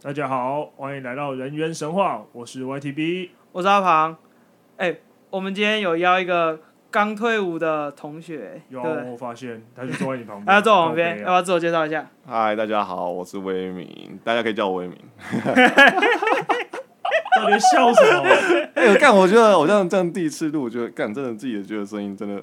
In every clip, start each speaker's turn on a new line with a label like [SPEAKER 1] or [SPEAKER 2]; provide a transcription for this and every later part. [SPEAKER 1] 大家好，欢迎来到人猿神话，我是 YTB。
[SPEAKER 2] 我是阿庞。哎、我们今天有邀一个刚退伍的同学，
[SPEAKER 1] 有
[SPEAKER 2] 对，
[SPEAKER 1] 我发现他就坐在你旁边，
[SPEAKER 2] 他坐我旁
[SPEAKER 1] 靠
[SPEAKER 2] 边，要
[SPEAKER 1] 北
[SPEAKER 2] 不
[SPEAKER 1] 啊
[SPEAKER 2] 要自我介绍一下？
[SPEAKER 3] 嗨，大家好，我是威明，大家可以叫我威明。
[SPEAKER 1] 到底在笑什么？
[SPEAKER 3] 哎、我干，我觉得我这样这样第一次录，我觉得干，真的自己也觉得声音真的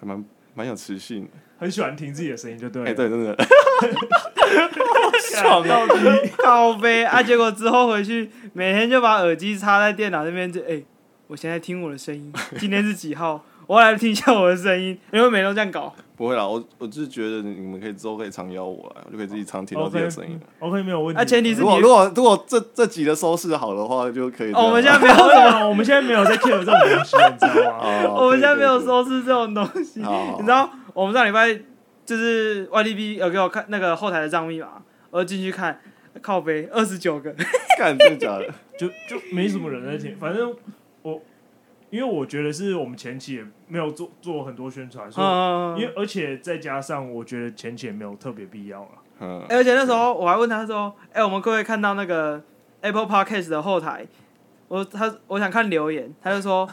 [SPEAKER 3] 还蛮蛮有磁性的。
[SPEAKER 1] 很喜欢听自己的声音，就对
[SPEAKER 3] 哎、
[SPEAKER 1] 了。
[SPEAKER 3] 对，真的，
[SPEAKER 1] 笑到底，
[SPEAKER 2] 靠呗啊！结果之后回去，每天就把耳机插在电脑那边，就哎、我现在听我的声 音，今天是几号？我来听一下我的声音，因为每天都这样搞。
[SPEAKER 3] 不会啦，我我就是觉得你们可以之后可以常邀我来，我就可以自己常听到自己的声音。
[SPEAKER 1] OK 没有问题。
[SPEAKER 2] 啊，前提是
[SPEAKER 3] 如果
[SPEAKER 2] 你
[SPEAKER 3] 如，果如果这这集的收视好的话，就可以这样
[SPEAKER 2] 哦，
[SPEAKER 3] 了。
[SPEAKER 2] 我们现在没
[SPEAKER 1] 没
[SPEAKER 2] 有，
[SPEAKER 1] 有什么，我们现在没有在 care 这种东西，你知道吗？
[SPEAKER 3] 哦，
[SPEAKER 2] 我们现在没有
[SPEAKER 3] 说，
[SPEAKER 2] 收视这种东西。
[SPEAKER 3] 好好
[SPEAKER 1] 哦
[SPEAKER 2] 你知道我们上礼拜就是 YDB 呃有给我看那个后台的账密码，我进去看，靠背二十九个，
[SPEAKER 3] 干真的假 的？
[SPEAKER 1] 就就没什么人在听，反正我因为我觉得是我们前期也没有做做很多宣传，所以
[SPEAKER 2] 嗯，
[SPEAKER 1] 因为而且再加上，我觉得前期也没有特别必要了。
[SPEAKER 3] 嗯，
[SPEAKER 2] 欸而且那时候我还问他说：“哎、我们各位看到那个 Apple Podcast 的后台，我他我想看留言，他就说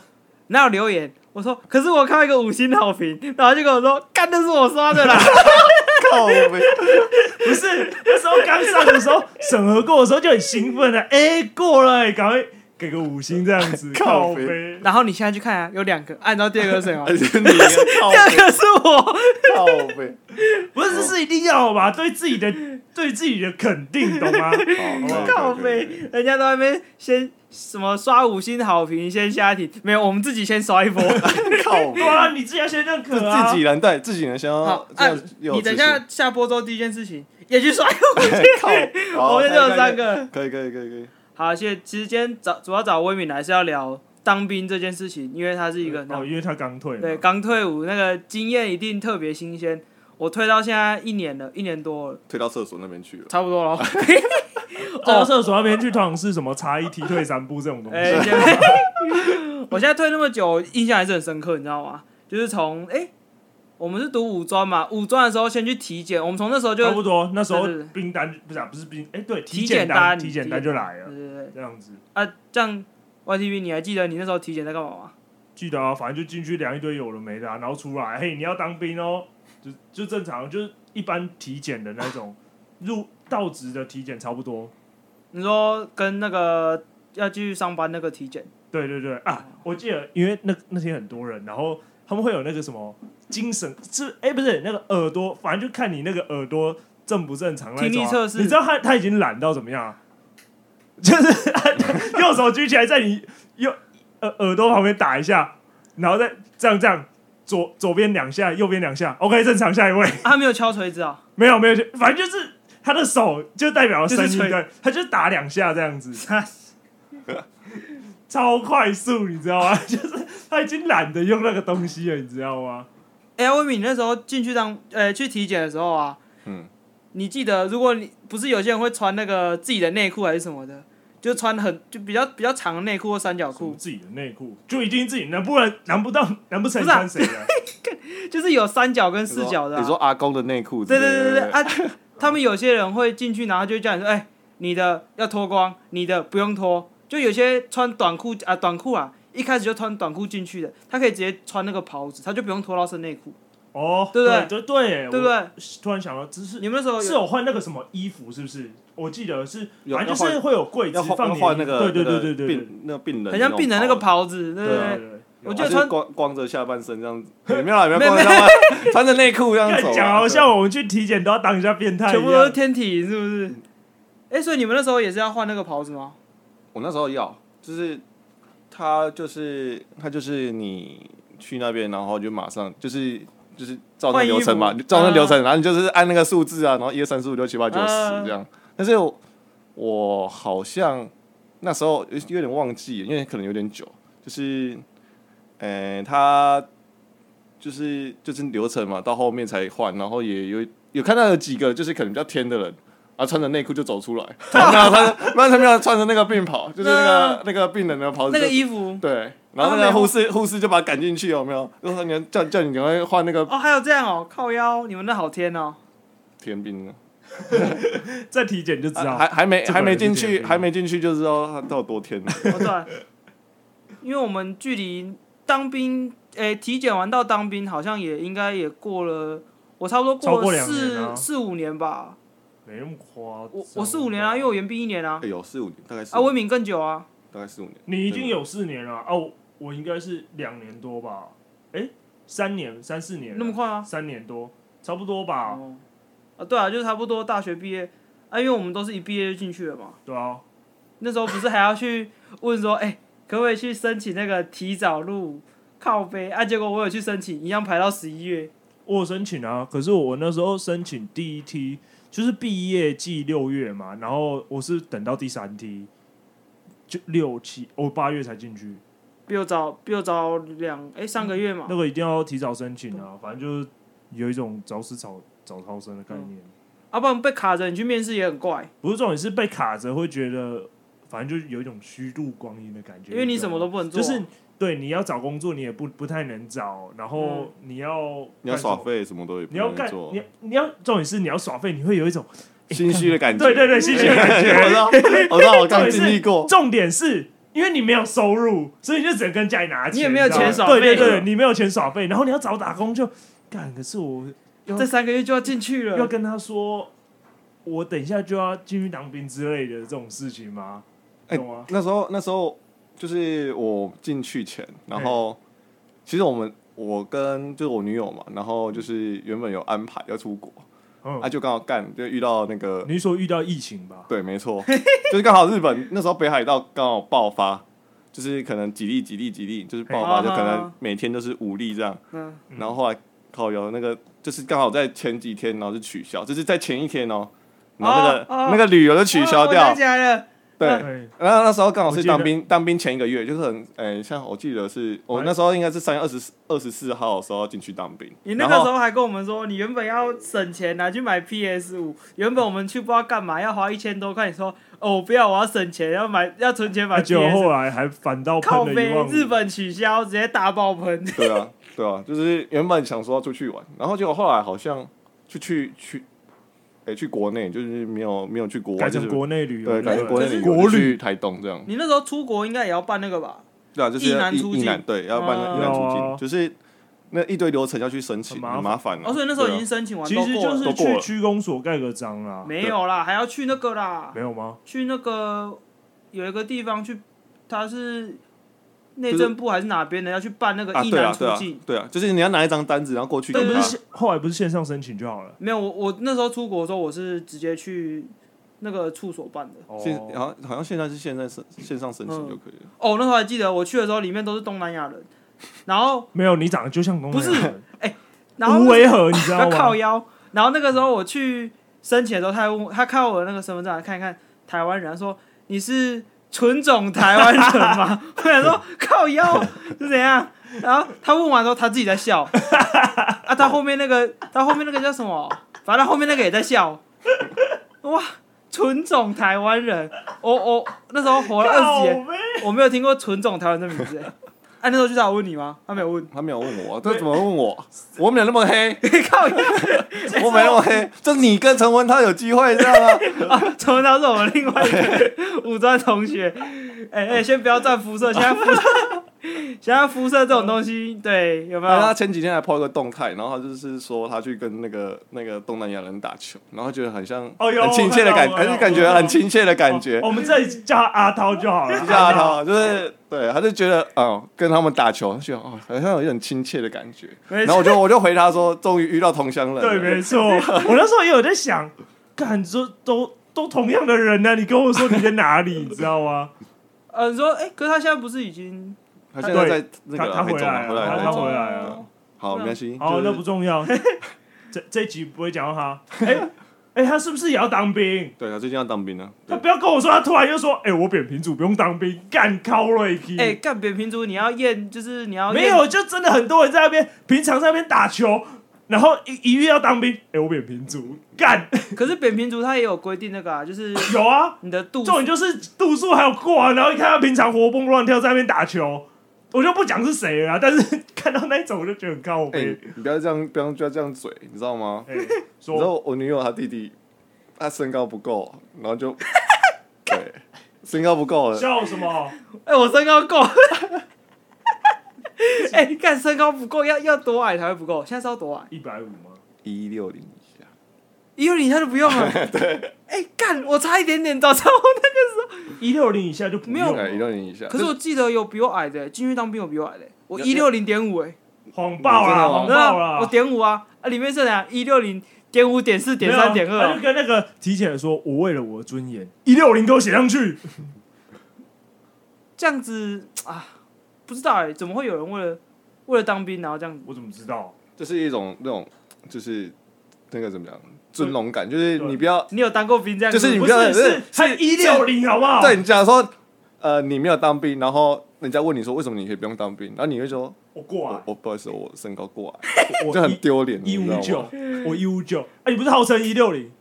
[SPEAKER 2] 哪有留言？我说可是我看到一个五星好评，然后他就跟我说干那是我刷的啦。
[SPEAKER 3] 靠背，
[SPEAKER 1] 不是 那时候刚上的时候，审核过的时候就很兴奋了，哎、过了、哎赶快给个五星这样子，靠
[SPEAKER 3] 靠北
[SPEAKER 1] 背”。
[SPEAKER 2] 然后你现在去看啊，有两个，啊，你知道第二个是谁吗？
[SPEAKER 3] 而且你也 靠
[SPEAKER 2] 第二
[SPEAKER 3] 背
[SPEAKER 2] 个是我，
[SPEAKER 3] 靠背，
[SPEAKER 1] 不是，这是一定要吧？对自己的对自己的肯定，懂吗？
[SPEAKER 3] 好
[SPEAKER 2] 靠
[SPEAKER 3] 可以
[SPEAKER 2] 背
[SPEAKER 3] 可以可以，
[SPEAKER 2] 人家都还没先什么刷五星好评，先下停，没有，我们自己先刷一波。
[SPEAKER 3] 靠 背
[SPEAKER 1] 对。啊，你自己要先认可啊。
[SPEAKER 3] 自己人对自己人想要
[SPEAKER 2] 好，
[SPEAKER 3] 这
[SPEAKER 2] 啊
[SPEAKER 3] 样，有
[SPEAKER 2] 你等一
[SPEAKER 3] 自信
[SPEAKER 2] 下下播之后第一件事情也去刷一波，
[SPEAKER 3] 靠，
[SPEAKER 2] 我们
[SPEAKER 3] 们
[SPEAKER 2] 就有三，个。
[SPEAKER 3] 可以可以可以可以，
[SPEAKER 2] 好，谢谢。其实今天找主要找威敏来是要聊当兵这件事情，因为他是一个、
[SPEAKER 1] 哦，因为他刚退嘛，
[SPEAKER 2] 对刚退伍，那个经验一定特别新鲜。我退到现在一年了，一年多了，
[SPEAKER 3] 推到厕所那边去了。
[SPEAKER 2] 差不多了。
[SPEAKER 1] 到哦厕所那边去，通常是什么查一踢退三步这种东
[SPEAKER 2] 哎、
[SPEAKER 1] 西。
[SPEAKER 2] 姐妹我现在退那么久，印象还是很深刻，你知道吗？就是从哎、我们是读五专嘛，五专的时候先去体检，我们从那时候就
[SPEAKER 1] 差不多，那时候
[SPEAKER 2] 对对对
[SPEAKER 1] 兵单不是啊，不是兵，哎，对，
[SPEAKER 2] 体
[SPEAKER 1] 体
[SPEAKER 2] 检
[SPEAKER 1] 单，
[SPEAKER 2] 单
[SPEAKER 1] 体检单就来了
[SPEAKER 2] 对，对对
[SPEAKER 1] 这样子。
[SPEAKER 2] 啊，这样 YTV 你还记得你那时候体检在干嘛吗？
[SPEAKER 1] 记得啊，反正就进去量一堆有的没的、啊，然后出来，嘿，你要当兵哦，就就正常，就是一般体检的那种入到职的体检差不多。
[SPEAKER 2] 你说跟那个要继续上班那个体检，
[SPEAKER 1] 对对对啊，我记得，因为那那天很多人，然后他们会有那个什么精神是哎、不是那个耳朵，反正就看你那个耳朵正不正常那种啊
[SPEAKER 2] 听力测试
[SPEAKER 1] 你知道他他已经懒到怎么样、啊？ 就是 右手举起来，在你右耳耳朵旁边打一下，然后再这样这样。左左边两下，右边两下，OK，正常。下一位，
[SPEAKER 2] 啊、他没有敲锤子啊、
[SPEAKER 1] 没有没有，就反正就是他的手就代表了声
[SPEAKER 2] 就是
[SPEAKER 1] 音，
[SPEAKER 2] 吹
[SPEAKER 1] 对，他就打两下这 样子，超快速，你知道吗？ 就是他已经懒得用那个东西了，你知道吗？
[SPEAKER 2] 哎、欸，威敏，你那时候进去当呃去体检的时候啊，
[SPEAKER 3] 嗯，
[SPEAKER 2] 你记得，如果你不是有些人会穿那个自己的内裤还是什么的，就穿很就比较比较长的内裤或三角裤，
[SPEAKER 1] 自己的内裤就已经自己，难不然难不到难不成
[SPEAKER 2] 不是啊
[SPEAKER 1] 穿谁的？
[SPEAKER 2] 就是有三角跟四角的、啊。
[SPEAKER 3] 你说阿公的内裤之
[SPEAKER 2] 对
[SPEAKER 3] 类的？
[SPEAKER 2] 对对对对
[SPEAKER 3] 对，
[SPEAKER 2] 啊！ 他们有些人会进去，然后就会叫你说：“哎、你的要脱光，你的不用脱。”就有些穿短裤啊，短裤啊，一开始就穿短裤进去的，他可以直接穿那个袍子，他就不用脱到是内裤，
[SPEAKER 1] 哦，
[SPEAKER 2] 对不对
[SPEAKER 1] 对对
[SPEAKER 2] 对不？对？
[SPEAKER 1] 我突然想到，只是
[SPEAKER 2] 你们那时候
[SPEAKER 1] 是
[SPEAKER 2] 有
[SPEAKER 1] 有换那个什么衣服，是不是？我记得是，
[SPEAKER 3] 有
[SPEAKER 1] 反正就是会有柜子
[SPEAKER 3] 要换
[SPEAKER 1] 放
[SPEAKER 3] 要
[SPEAKER 1] 你的
[SPEAKER 3] 换
[SPEAKER 1] 衣
[SPEAKER 3] 那
[SPEAKER 1] 服
[SPEAKER 3] 个
[SPEAKER 1] 对
[SPEAKER 3] 那
[SPEAKER 1] 对
[SPEAKER 3] 个
[SPEAKER 1] 对对对，
[SPEAKER 3] 病那个病人，
[SPEAKER 2] 很像病人那个，袍子，对不
[SPEAKER 1] 对
[SPEAKER 2] 对？
[SPEAKER 1] 对对
[SPEAKER 2] 我记
[SPEAKER 3] 就
[SPEAKER 2] 得
[SPEAKER 3] 是
[SPEAKER 2] 穿
[SPEAKER 3] 光光着下半身 这样，没有啦，没有
[SPEAKER 2] 没有
[SPEAKER 3] 光着下半身，穿着内裤 这样走
[SPEAKER 1] 看
[SPEAKER 3] 啊。
[SPEAKER 1] 讲好像我们去体检都要当一下变态一样，
[SPEAKER 2] 全部都是天体，是不是？哎、所以你们那时候也是要换那个袍子吗？
[SPEAKER 3] 我那时候要，就是他就是他就是你去那边，然后就马上就是就是照那
[SPEAKER 2] 换衣服嗯
[SPEAKER 3] 流程嘛，就照那流程，然后你就是按那个数字啊，然后一二三四五六七八九
[SPEAKER 2] 啊
[SPEAKER 3] 十这样。但是我我好像那时候有有点忘记，因为可能有点久，就是呃他。就是就是流程嘛，到后面才换，然后也有有看到有几个就是可能比较天的人，然后穿着内裤就 走出来，然后他不然他们要穿着那个病袍，就是那个那个病人的
[SPEAKER 1] 哦
[SPEAKER 3] 袍子
[SPEAKER 2] 那
[SPEAKER 3] 就，
[SPEAKER 2] 个衣啊服
[SPEAKER 3] 对，然后那个护士护士就把他赶进去，有没有？然后你要叫叫你赶快换那个
[SPEAKER 2] 哦，还有这样哦，靠腰，你们那好天哦。
[SPEAKER 3] 天兵呢，
[SPEAKER 1] 再体检就知
[SPEAKER 3] 啊
[SPEAKER 1] 道。
[SPEAKER 3] 还还没
[SPEAKER 1] 这个人
[SPEAKER 3] 还没
[SPEAKER 1] 是
[SPEAKER 3] 进
[SPEAKER 1] 这
[SPEAKER 3] 去，
[SPEAKER 1] 样
[SPEAKER 3] 还没进去就知道他到底多天了。
[SPEAKER 2] 哦，对啊，因为我们距离当兵，诶、体检完到当兵，好像也应该也过了，我差不多
[SPEAKER 1] 超过
[SPEAKER 2] 过了
[SPEAKER 1] 两年
[SPEAKER 2] 四、
[SPEAKER 1] 啊
[SPEAKER 2] 四五年吧。
[SPEAKER 1] 没那么夸张。
[SPEAKER 2] 我我四五年啊，因为我延毕一年啊，
[SPEAKER 1] 哎
[SPEAKER 3] 有四五年，大概四
[SPEAKER 2] 啊，威敏更久啊，
[SPEAKER 3] 大概四五年。
[SPEAKER 1] 你已经有四年了啊，我我应该是两年多吧？哎，三年三四年了，
[SPEAKER 2] 那么快啊？
[SPEAKER 1] 三年多，差不多吧？
[SPEAKER 2] 哦，啊，对啊，就是差不多大学毕业，啊，因为我们都是一毕业就进去了嘛。
[SPEAKER 1] 对啊，
[SPEAKER 2] 那时候不是还要去问说，哎、可不可以去申请那个提早入靠背啊？结果我有去申请，一样排到十一月。
[SPEAKER 1] 我有申请啊，可是我那时候申请第一梯就是毕业季六月嘛，然后我是等到第三梯，就六七，我八月才进去，
[SPEAKER 2] 比我早，比我早两哎、三个月嘛
[SPEAKER 1] 那，个一定要提早申请啊，反正就是有一种早死早早超生的概念，
[SPEAKER 2] 啊，不然被卡着，你去面试也很怪，
[SPEAKER 1] 不是重点是被卡着会觉得，反正就有一种虚度光阴的感觉，
[SPEAKER 2] 因为你
[SPEAKER 1] 知道
[SPEAKER 2] 什
[SPEAKER 1] 吗
[SPEAKER 2] 么都不能做
[SPEAKER 1] 就
[SPEAKER 2] 啊、
[SPEAKER 1] 是对你要找工作你也不不太能找，然后
[SPEAKER 2] 嗯
[SPEAKER 1] 你要、
[SPEAKER 3] 你要耍，废什么都也不
[SPEAKER 1] 你要
[SPEAKER 3] 能
[SPEAKER 1] 干
[SPEAKER 3] 做
[SPEAKER 1] 你，你要重点是你要耍废，你会有一种
[SPEAKER 3] 心虚的感觉。
[SPEAKER 1] 对对对，心虚的感觉。
[SPEAKER 3] 我 知道，我知道，
[SPEAKER 1] 重
[SPEAKER 3] 我刚
[SPEAKER 1] 点是
[SPEAKER 3] 经历过。
[SPEAKER 1] 重点是因为你没有收入，所以你就只能跟家里拿钱，
[SPEAKER 2] 你也没有
[SPEAKER 1] 知道吗
[SPEAKER 2] 钱耍
[SPEAKER 1] 对对
[SPEAKER 2] 费
[SPEAKER 1] 对，你没有钱耍费，然后你要找打工就干，可是我
[SPEAKER 2] 这三个月就要进去
[SPEAKER 1] 要
[SPEAKER 2] 了，
[SPEAKER 1] 跟他说，我等一下就要进去当兵之类的这种事情吗？
[SPEAKER 3] 哎
[SPEAKER 1] 懂吗？
[SPEAKER 3] 那时候那时候就是我进去前，然
[SPEAKER 1] 嗯
[SPEAKER 3] 后其实我们我跟就是我女友嘛，然后就是原本有安排要出国，
[SPEAKER 1] 嗯，
[SPEAKER 3] 啊就刚好干就遇到那个
[SPEAKER 1] 你是说遇到疫情吧？
[SPEAKER 3] 对，没错，就是刚好日本那时候北海道刚好爆发，就是可能几例几例几例，就是爆发，
[SPEAKER 1] 啊
[SPEAKER 2] 嘿
[SPEAKER 3] 就可能每天都是五例这样。
[SPEAKER 2] 嗯，
[SPEAKER 1] 嗯
[SPEAKER 3] 然后后来靠有那个，就是刚好在前几天，然后就取消，就是在前一天哦，然后那个、
[SPEAKER 2] 哦哦
[SPEAKER 3] 那个旅游就取消
[SPEAKER 2] 哦我
[SPEAKER 3] 掉。
[SPEAKER 2] 想起来了，
[SPEAKER 3] 对，
[SPEAKER 2] 嗯
[SPEAKER 1] 对，
[SPEAKER 3] 然后那时候刚好
[SPEAKER 1] 我
[SPEAKER 3] 是
[SPEAKER 1] 记得
[SPEAKER 3] 当兵，当兵前一个月，就是很，哎、像我记得是我
[SPEAKER 1] 哎
[SPEAKER 3] 那时候应该是三月二十二十四号的时候进去当兵，
[SPEAKER 2] 你那个
[SPEAKER 3] 然后
[SPEAKER 2] 时候还跟我们说，你原本要省钱拿去买 PS 五，原本我们去不知道干嘛，要花一千多块，你说哦我不要，我要省钱，要买要存 钱买
[SPEAKER 1] 啊
[SPEAKER 2] PS
[SPEAKER 1] 结果
[SPEAKER 2] 五。
[SPEAKER 1] 后来还反倒
[SPEAKER 2] 靠
[SPEAKER 1] 喷了一
[SPEAKER 2] 背
[SPEAKER 1] 万
[SPEAKER 2] 日
[SPEAKER 1] 五，
[SPEAKER 2] 本取消，直接大爆喷。
[SPEAKER 3] 对啊，对啊，就是原本想说要出去玩，然后结果后来好像就去去，哎、去国内，就是没有没有去国
[SPEAKER 1] 改
[SPEAKER 3] 外，就
[SPEAKER 1] 成
[SPEAKER 3] 是
[SPEAKER 1] 国内旅游，
[SPEAKER 3] 对，改成国内
[SPEAKER 1] 可是
[SPEAKER 3] 旅游
[SPEAKER 1] 国
[SPEAKER 3] 就
[SPEAKER 1] 旅
[SPEAKER 3] 去台东这样，
[SPEAKER 2] 你那时候出国应该也要办那个吧？
[SPEAKER 3] 对啊，就是
[SPEAKER 2] 一
[SPEAKER 3] 要
[SPEAKER 2] 男
[SPEAKER 3] 一
[SPEAKER 2] 出
[SPEAKER 3] 一
[SPEAKER 2] 境
[SPEAKER 3] 男对，要办
[SPEAKER 2] 嗯
[SPEAKER 3] 一男出
[SPEAKER 1] 有啊
[SPEAKER 3] 境，就是那一堆流程要去申请，
[SPEAKER 1] 很
[SPEAKER 3] 哦很
[SPEAKER 1] 麻烦
[SPEAKER 3] 麻烦啊
[SPEAKER 2] 哦，所以那时候
[SPEAKER 3] 对啊
[SPEAKER 2] 已经申请完
[SPEAKER 1] 其
[SPEAKER 2] 都
[SPEAKER 1] 实
[SPEAKER 2] 过
[SPEAKER 1] 就
[SPEAKER 2] 了，
[SPEAKER 1] 是
[SPEAKER 3] 都过
[SPEAKER 1] 去
[SPEAKER 3] 了
[SPEAKER 1] 区公所盖个章啦，
[SPEAKER 2] 没有啦，还要去那个啦
[SPEAKER 1] 没，有吗？
[SPEAKER 2] 去那个有一个地方去，他是内政部还是哪边的，要去办那个
[SPEAKER 3] 啊，
[SPEAKER 2] 一
[SPEAKER 3] 对
[SPEAKER 2] 男
[SPEAKER 3] 啊，
[SPEAKER 2] 出
[SPEAKER 3] 对啊
[SPEAKER 2] 境。，
[SPEAKER 3] 对啊，就是你要拿一张单子，然后过去
[SPEAKER 1] 那
[SPEAKER 3] 给
[SPEAKER 1] 不
[SPEAKER 3] 他
[SPEAKER 1] 是，线啊后来不是线上申请就好了？
[SPEAKER 2] 没有，我我那时候出国的时候，我是直接去那个处所办的。
[SPEAKER 1] 哦
[SPEAKER 3] 现好像好像现在是现在申线上申
[SPEAKER 1] 嗯
[SPEAKER 3] 请就可以了，
[SPEAKER 2] 哦，那时候还记得我去的时候，里面都是东南亚人，然后
[SPEAKER 1] 没有，你长得就像公
[SPEAKER 2] 不是
[SPEAKER 1] 务员
[SPEAKER 2] 然后
[SPEAKER 1] 无为和，你知
[SPEAKER 2] 要
[SPEAKER 1] 道吗
[SPEAKER 2] 靠？腰。然后那个时候我去申请的时候，他还问我他看我那个身份证，看一看台湾人，他说你是纯种台湾人吗？ 我想说靠腰是怎样？然后他问完之后，他自己在笑。啊，他后面那个，他后面那个叫什么？反正他后面那个也在笑。哇，纯种台湾人，我我那时候活了二十年，
[SPEAKER 1] 靠背
[SPEAKER 2] 我没有听过纯种台湾这名字。哎，啊，那时候就是他有问你吗？他没有问。
[SPEAKER 3] 他没有问我，啊他怎么问我？我没有那 么黑，
[SPEAKER 2] 靠腰，
[SPEAKER 3] 我没那么黑，就你跟陈文涛有机会，知道 吗？
[SPEAKER 2] 陈文涛是我们另外一个五专同学。哎、哎、先不要站肤色，现在肤色，现在肤色这种东西，对，有没
[SPEAKER 3] 然后他
[SPEAKER 1] 哦
[SPEAKER 2] 有？
[SPEAKER 3] 前几天还 po 一个动态，然后他就是说他去跟那个那个东南亚人打球，然后觉得很像
[SPEAKER 1] 哦有
[SPEAKER 3] 很亲切的感，
[SPEAKER 1] 我看到
[SPEAKER 3] 还
[SPEAKER 1] 我看到
[SPEAKER 3] 是感
[SPEAKER 1] 我
[SPEAKER 3] 觉
[SPEAKER 1] 看到
[SPEAKER 3] 很亲切的感觉
[SPEAKER 1] 哦。我们这里叫他阿涛就好哦了，
[SPEAKER 3] 就叫他，就是对，他就觉得嗯，跟他们打球，他觉得哦，好像有一种亲切的感觉。
[SPEAKER 2] 没
[SPEAKER 3] 然后我就我就回他说，终于遇到同乡人了。
[SPEAKER 1] 对，没错。我那时候也有在想，干这都都同样的人啊呢、你跟我说你在哪里，你知道吗？
[SPEAKER 2] 呃，你说，哎、可是他现在不是已经
[SPEAKER 3] 他现在
[SPEAKER 1] 对
[SPEAKER 3] 在那个
[SPEAKER 1] 他他
[SPEAKER 3] 回
[SPEAKER 1] 回来了
[SPEAKER 3] 回来
[SPEAKER 1] 他
[SPEAKER 3] 了。
[SPEAKER 1] 回来了
[SPEAKER 2] 哦
[SPEAKER 3] 好，没关系。
[SPEAKER 1] 好，
[SPEAKER 3] 就
[SPEAKER 1] 那
[SPEAKER 3] 是
[SPEAKER 1] 不重 要。这这集不会讲到他。哎、哎、他是不是也要当兵？
[SPEAKER 3] 对他最近要当 兵了。
[SPEAKER 1] 他
[SPEAKER 3] 对
[SPEAKER 1] 不要跟我说，他突然又说：“哎、我扁平足不用当兵，干靠瑞皮。
[SPEAKER 2] 哎、干扁平足，你要验，就是你要验
[SPEAKER 1] 没有，就真的很多人在那边平常在那边打球，然后一一遇要当兵，哎、我扁平足，干
[SPEAKER 2] 可是扁平足它也有规定那个啊，就是
[SPEAKER 1] 有啊，
[SPEAKER 2] 你的度
[SPEAKER 1] 重点就是度数还有过啊，然后一看他平常活蹦乱跳在那边打球，我就不讲是谁了啊，但是 看到那一种我就觉得很靠
[SPEAKER 3] 哎
[SPEAKER 1] 背。，
[SPEAKER 3] 你不要这样，不要不要这样嘴，你知道吗？
[SPEAKER 1] 哎、
[SPEAKER 3] 你知道
[SPEAKER 1] 说
[SPEAKER 3] 我女友她弟弟他身高不够，然 后就对身高不够了，
[SPEAKER 1] 笑什么？
[SPEAKER 2] 哎、我身高够。 哎、你看身高不够，要要多矮才会不够？现在是要多 矮？
[SPEAKER 1] 一百五吗？
[SPEAKER 3] 一六零以下，
[SPEAKER 2] 一六零以下就不用了。对。哎、干，我差一点点，早知道我那个时候。
[SPEAKER 1] 一六零以下就不
[SPEAKER 2] 没
[SPEAKER 1] 用
[SPEAKER 2] 有
[SPEAKER 3] 对哎一
[SPEAKER 1] 了，
[SPEAKER 3] 六零以下。
[SPEAKER 2] 可是我记得有比我矮的、进去当兵有比我矮的、我
[SPEAKER 3] 有
[SPEAKER 2] 一六零点五哎，
[SPEAKER 1] 谎报
[SPEAKER 3] 真
[SPEAKER 1] 啦，
[SPEAKER 3] 的吗
[SPEAKER 1] 谎
[SPEAKER 2] 那
[SPEAKER 1] 报啦
[SPEAKER 2] 我。点五啊，啊里面是哪一六零点五点四点三点
[SPEAKER 1] 没有啊他
[SPEAKER 2] 二
[SPEAKER 1] 就，跟那个体检说，我为了我的尊严，一六零给我写上去。
[SPEAKER 2] 这样子啊，不知道哎、怎么会有人为了为了当兵然后这样子？
[SPEAKER 1] 我怎么知道？
[SPEAKER 3] 就是一种那种就是那个怎么讲尊荣感，就是你不要
[SPEAKER 2] 你有当过兵这样子？
[SPEAKER 3] 就是你
[SPEAKER 1] 不
[SPEAKER 3] 不要
[SPEAKER 1] 是是
[SPEAKER 3] 是
[SPEAKER 1] 才一六零好不好？
[SPEAKER 3] 对你讲说呃你没有当兵，然后人家问你说为什么你可以不用当兵，然后你会说
[SPEAKER 1] 我过
[SPEAKER 3] 我
[SPEAKER 1] 来，
[SPEAKER 3] 我不好意思我身高过矮，
[SPEAKER 1] 我
[SPEAKER 3] 就很丢脸，你
[SPEAKER 1] 一
[SPEAKER 3] 知
[SPEAKER 1] 五
[SPEAKER 3] 道
[SPEAKER 1] 九
[SPEAKER 3] 吗？，
[SPEAKER 1] 我一五九。哎，你不是号称一六零？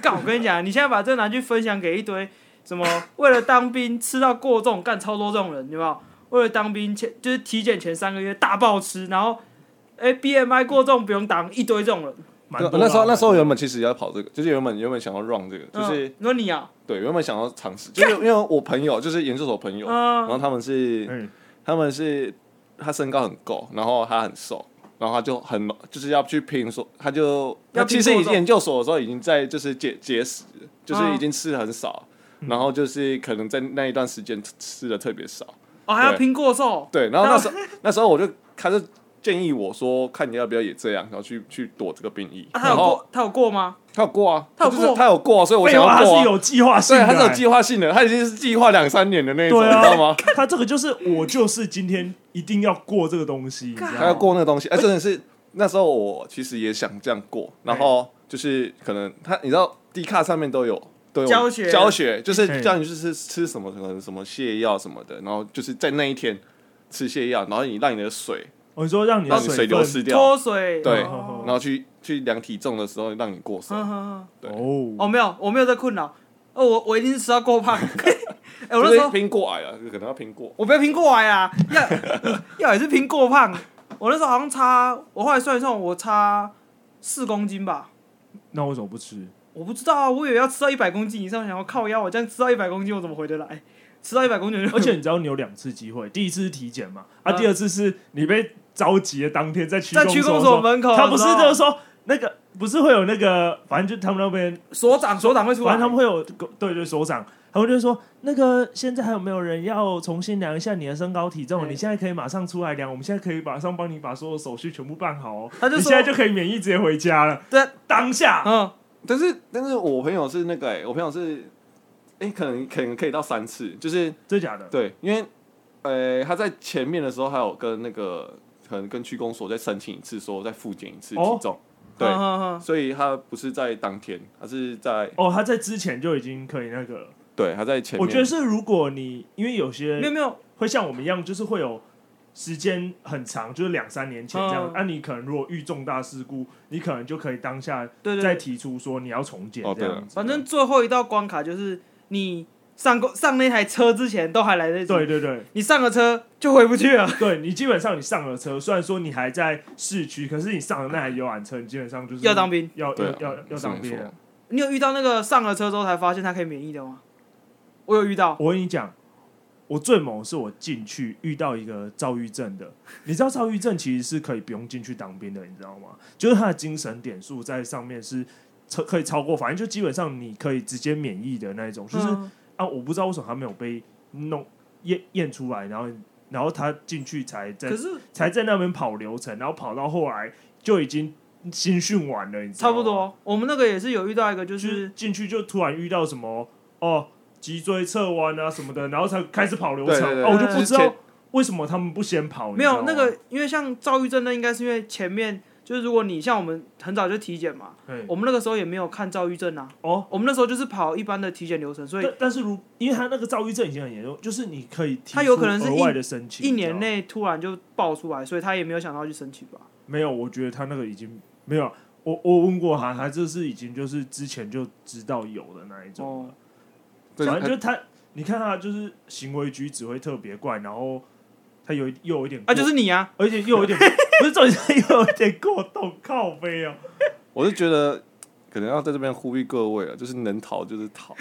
[SPEAKER 2] 干，我跟你讲，你现在把这拿去分享给一堆什么为了当兵吃到过重，干超多这种人，有没有？为了当兵前就是体检前三个月大暴吃，然后哎、BMI 过重不用当，一堆这种人。
[SPEAKER 1] 蛮
[SPEAKER 3] 对
[SPEAKER 1] 多，啦啊
[SPEAKER 3] 那时候那时候原本其实要跑这个，就是原本原本想要 run 这个，就是、
[SPEAKER 2] 嗯、你说你啊，
[SPEAKER 3] 对原本想要尝试，就是因为我朋友就是研究所朋友，然
[SPEAKER 2] 嗯，
[SPEAKER 3] 后他们是
[SPEAKER 1] 嗯
[SPEAKER 3] 他们是他身高很够，然后他很瘦，然后他就很就是要去拼说，他就
[SPEAKER 2] 要
[SPEAKER 3] 他
[SPEAKER 2] 拼
[SPEAKER 3] 其实
[SPEAKER 2] 过重
[SPEAKER 3] 已经研究所的时候已经在就是节节食，就是
[SPEAKER 2] 嗯
[SPEAKER 3] 已经吃的很少，然后就是可能在那一段时间吃的特别少，
[SPEAKER 2] 哦还要
[SPEAKER 3] 对
[SPEAKER 2] 拼过瘦，
[SPEAKER 3] 对，然后
[SPEAKER 2] 那
[SPEAKER 3] 那时候那时候我就他就建议我说，看你要不要也这样，然后去去躲这个兵役，
[SPEAKER 2] 啊他
[SPEAKER 3] 然
[SPEAKER 2] 有
[SPEAKER 3] 后
[SPEAKER 2] 过他有过吗？
[SPEAKER 3] 他有过啊，
[SPEAKER 2] 他有
[SPEAKER 3] 就是
[SPEAKER 2] 过
[SPEAKER 3] 他有过啊，所以我
[SPEAKER 1] 废
[SPEAKER 3] 想
[SPEAKER 1] 话，
[SPEAKER 3] 要
[SPEAKER 1] 他
[SPEAKER 3] 过
[SPEAKER 1] 是
[SPEAKER 3] 啊。
[SPEAKER 1] 有计划性
[SPEAKER 3] 对，
[SPEAKER 1] 的，
[SPEAKER 3] 他是有计划性的，他已经是计划两三年的那一种，
[SPEAKER 1] 对
[SPEAKER 3] 你
[SPEAKER 1] 啊
[SPEAKER 3] 知道吗？
[SPEAKER 1] 他这个就是我就是今天一定要过这个东西，你知道吗
[SPEAKER 3] 还要过那个东西，哎、真的是那时候我其实也想这样过，然后就是可能他，你知道 D 卡上面都有都有
[SPEAKER 2] 教学
[SPEAKER 3] 教学就是
[SPEAKER 1] 嗯
[SPEAKER 3] 教你就是吃什么可能什么泻药什么的，然后就是在那一天吃泻药，然后你让你的水
[SPEAKER 1] 我说哦让你的
[SPEAKER 3] 让你水流
[SPEAKER 1] 分
[SPEAKER 3] 失掉，
[SPEAKER 2] 脱水。
[SPEAKER 3] 对，
[SPEAKER 2] 哦
[SPEAKER 3] 然后去去量体重的时候让你过瘦，
[SPEAKER 2] 哼哼哼
[SPEAKER 3] 对
[SPEAKER 2] 哦
[SPEAKER 1] 哦，
[SPEAKER 2] 没有，我没有这困扰。哦，我我一定是吃到过胖。 哎、我
[SPEAKER 3] 就
[SPEAKER 2] 那时候
[SPEAKER 3] 是拼过矮了，可能要拼过，
[SPEAKER 2] 我不要拼过矮啊，要 要也是拼过胖。我那时候好像差，我后来算一算，我差四公斤吧。
[SPEAKER 1] 那为什么不吃？
[SPEAKER 2] 我不知道啊，我以为要吃到一百公斤以上，想要靠腰，我这样吃到一百公斤，我怎么回得来？吃到一百公斤 就，
[SPEAKER 1] 而且你知道你有两次机会，第一次是体检嘛，啊，
[SPEAKER 2] 嗯
[SPEAKER 1] 第二次是你被召集的当天在区
[SPEAKER 2] 在区
[SPEAKER 1] 所
[SPEAKER 2] 公
[SPEAKER 1] 的
[SPEAKER 2] 所
[SPEAKER 1] 时候
[SPEAKER 2] 门口，
[SPEAKER 1] 他不是
[SPEAKER 2] 你知道
[SPEAKER 1] 就
[SPEAKER 2] 吗
[SPEAKER 1] 是说那个不是会有那个，反正就他们那边，
[SPEAKER 2] 所长，所长会出
[SPEAKER 1] 反
[SPEAKER 2] 来，
[SPEAKER 1] 正他们会有对对首长，他们就说那个现在还有没有人要重新量一下你的身高体重？
[SPEAKER 2] 对
[SPEAKER 1] 你现在可以马上出来量，我们现在可以马上帮你把所有手续全部办好哦，
[SPEAKER 2] 他就
[SPEAKER 1] 你
[SPEAKER 2] 说
[SPEAKER 1] 现在就可以免疫直接回家了。
[SPEAKER 2] 对，
[SPEAKER 1] 当下
[SPEAKER 2] 嗯，
[SPEAKER 3] 但是但是我朋友是那个、哎，我朋友是。哎、可能可能可以到三次，就是
[SPEAKER 1] 真假
[SPEAKER 2] 嗯
[SPEAKER 1] 的？
[SPEAKER 3] 对，因为呃，他在前面的时候还有跟那个可能跟区公所再申请一次，说再复检一次体
[SPEAKER 1] 哦
[SPEAKER 3] 重，
[SPEAKER 2] 嗯
[SPEAKER 3] 对，
[SPEAKER 2] 嗯嗯
[SPEAKER 3] 所以他不是在当天，他是在
[SPEAKER 1] 哦，他在之前就已经可以那个了。
[SPEAKER 3] 对他在前
[SPEAKER 1] 我
[SPEAKER 3] 面，
[SPEAKER 1] 觉得是，如果你因为有些
[SPEAKER 2] 没有没有，
[SPEAKER 1] 会像我们一样，就是会有时间很长，就是两三年前这样。
[SPEAKER 2] 嗯
[SPEAKER 1] 那、你可能如果遇重大事故，你可能就可以当下
[SPEAKER 2] 对对
[SPEAKER 1] 再
[SPEAKER 2] 对，
[SPEAKER 1] 提出说你要重建
[SPEAKER 3] 哦
[SPEAKER 1] 这
[SPEAKER 3] 对啊
[SPEAKER 1] 样子。
[SPEAKER 2] 反正最后一道关卡就是你上过上那台车之前都还来得及，
[SPEAKER 1] 对对对，
[SPEAKER 2] 你上了车就回不 去了，
[SPEAKER 1] 对你基本上你上了车，虽然说你还在市区，可是你上了那台游览车，你基本上就是
[SPEAKER 2] 要当兵。
[SPEAKER 1] 要
[SPEAKER 3] 对
[SPEAKER 1] 要
[SPEAKER 3] 啊
[SPEAKER 1] 要要
[SPEAKER 3] 是
[SPEAKER 1] 当
[SPEAKER 3] 没
[SPEAKER 1] 兵
[SPEAKER 3] 错
[SPEAKER 1] 了。
[SPEAKER 2] 你有遇到那个上了车之后才发现他可以免疫的吗？我有遇到，
[SPEAKER 1] 我跟你讲，我最猛的是我进去遇到一个躁郁症的，你知道躁郁症其实是可以不用进去当兵的，你知道吗？就是他的精神点数在上面是超可以超过，反正就基本上你可以直接免疫的那一种，就是、
[SPEAKER 2] 嗯
[SPEAKER 1] 啊，我不知道为什么他没有被弄验验出来，然后然后他进去才在
[SPEAKER 2] 可是
[SPEAKER 1] 才在那边跑流程，然后跑到后来就已经新训完了，你知道
[SPEAKER 2] 差
[SPEAKER 1] 吗
[SPEAKER 2] 不。多，啊我们那个也是有遇到一个，就
[SPEAKER 1] 就是
[SPEAKER 2] 是
[SPEAKER 1] 进哦去就突然遇到什么哦脊椎侧弯啊什么的，然后才开始跑流
[SPEAKER 3] 对
[SPEAKER 1] 程，
[SPEAKER 3] 对对
[SPEAKER 1] 哦我就
[SPEAKER 2] 对
[SPEAKER 1] 不
[SPEAKER 3] 之
[SPEAKER 1] 知道
[SPEAKER 3] 前
[SPEAKER 1] 为什么他们不先跑，
[SPEAKER 2] 没有
[SPEAKER 1] 你
[SPEAKER 2] 那
[SPEAKER 1] 知道吗
[SPEAKER 2] 个，因为像躁郁症，那应该是因为前面就是如果你像我们很早就体检嘛，
[SPEAKER 1] 嘿
[SPEAKER 2] 我们那个时候也没有看躁郁症啊，
[SPEAKER 1] 哦。
[SPEAKER 2] 我们那时候就是跑一般的体检流程，所以
[SPEAKER 1] 但但是如因为他那个躁郁症已经很严重，就是你可以提
[SPEAKER 2] 他有
[SPEAKER 1] 出
[SPEAKER 2] 可能是
[SPEAKER 1] 额
[SPEAKER 2] 一
[SPEAKER 1] 外的申请，
[SPEAKER 2] 一
[SPEAKER 1] 你知道
[SPEAKER 2] 年
[SPEAKER 1] 吗
[SPEAKER 2] 内突然就爆出来，所以他也没有想到去申请吧。
[SPEAKER 1] 没有，我觉得他那个已经没有。啊我我问过他，他这是已经就是之前就知道有的那一种，
[SPEAKER 2] 哦，
[SPEAKER 3] 对
[SPEAKER 1] 反正
[SPEAKER 3] 他
[SPEAKER 1] 就他，你看他就是行为举止会特别怪，然后他有一又有一点
[SPEAKER 2] 啊，就
[SPEAKER 1] 过
[SPEAKER 2] 是你啊，
[SPEAKER 1] 而且 又有点不是重点，是又有点过动靠背哦、
[SPEAKER 3] 我是觉得可能要在这边呼吁各位啊，就是能逃就是 逃，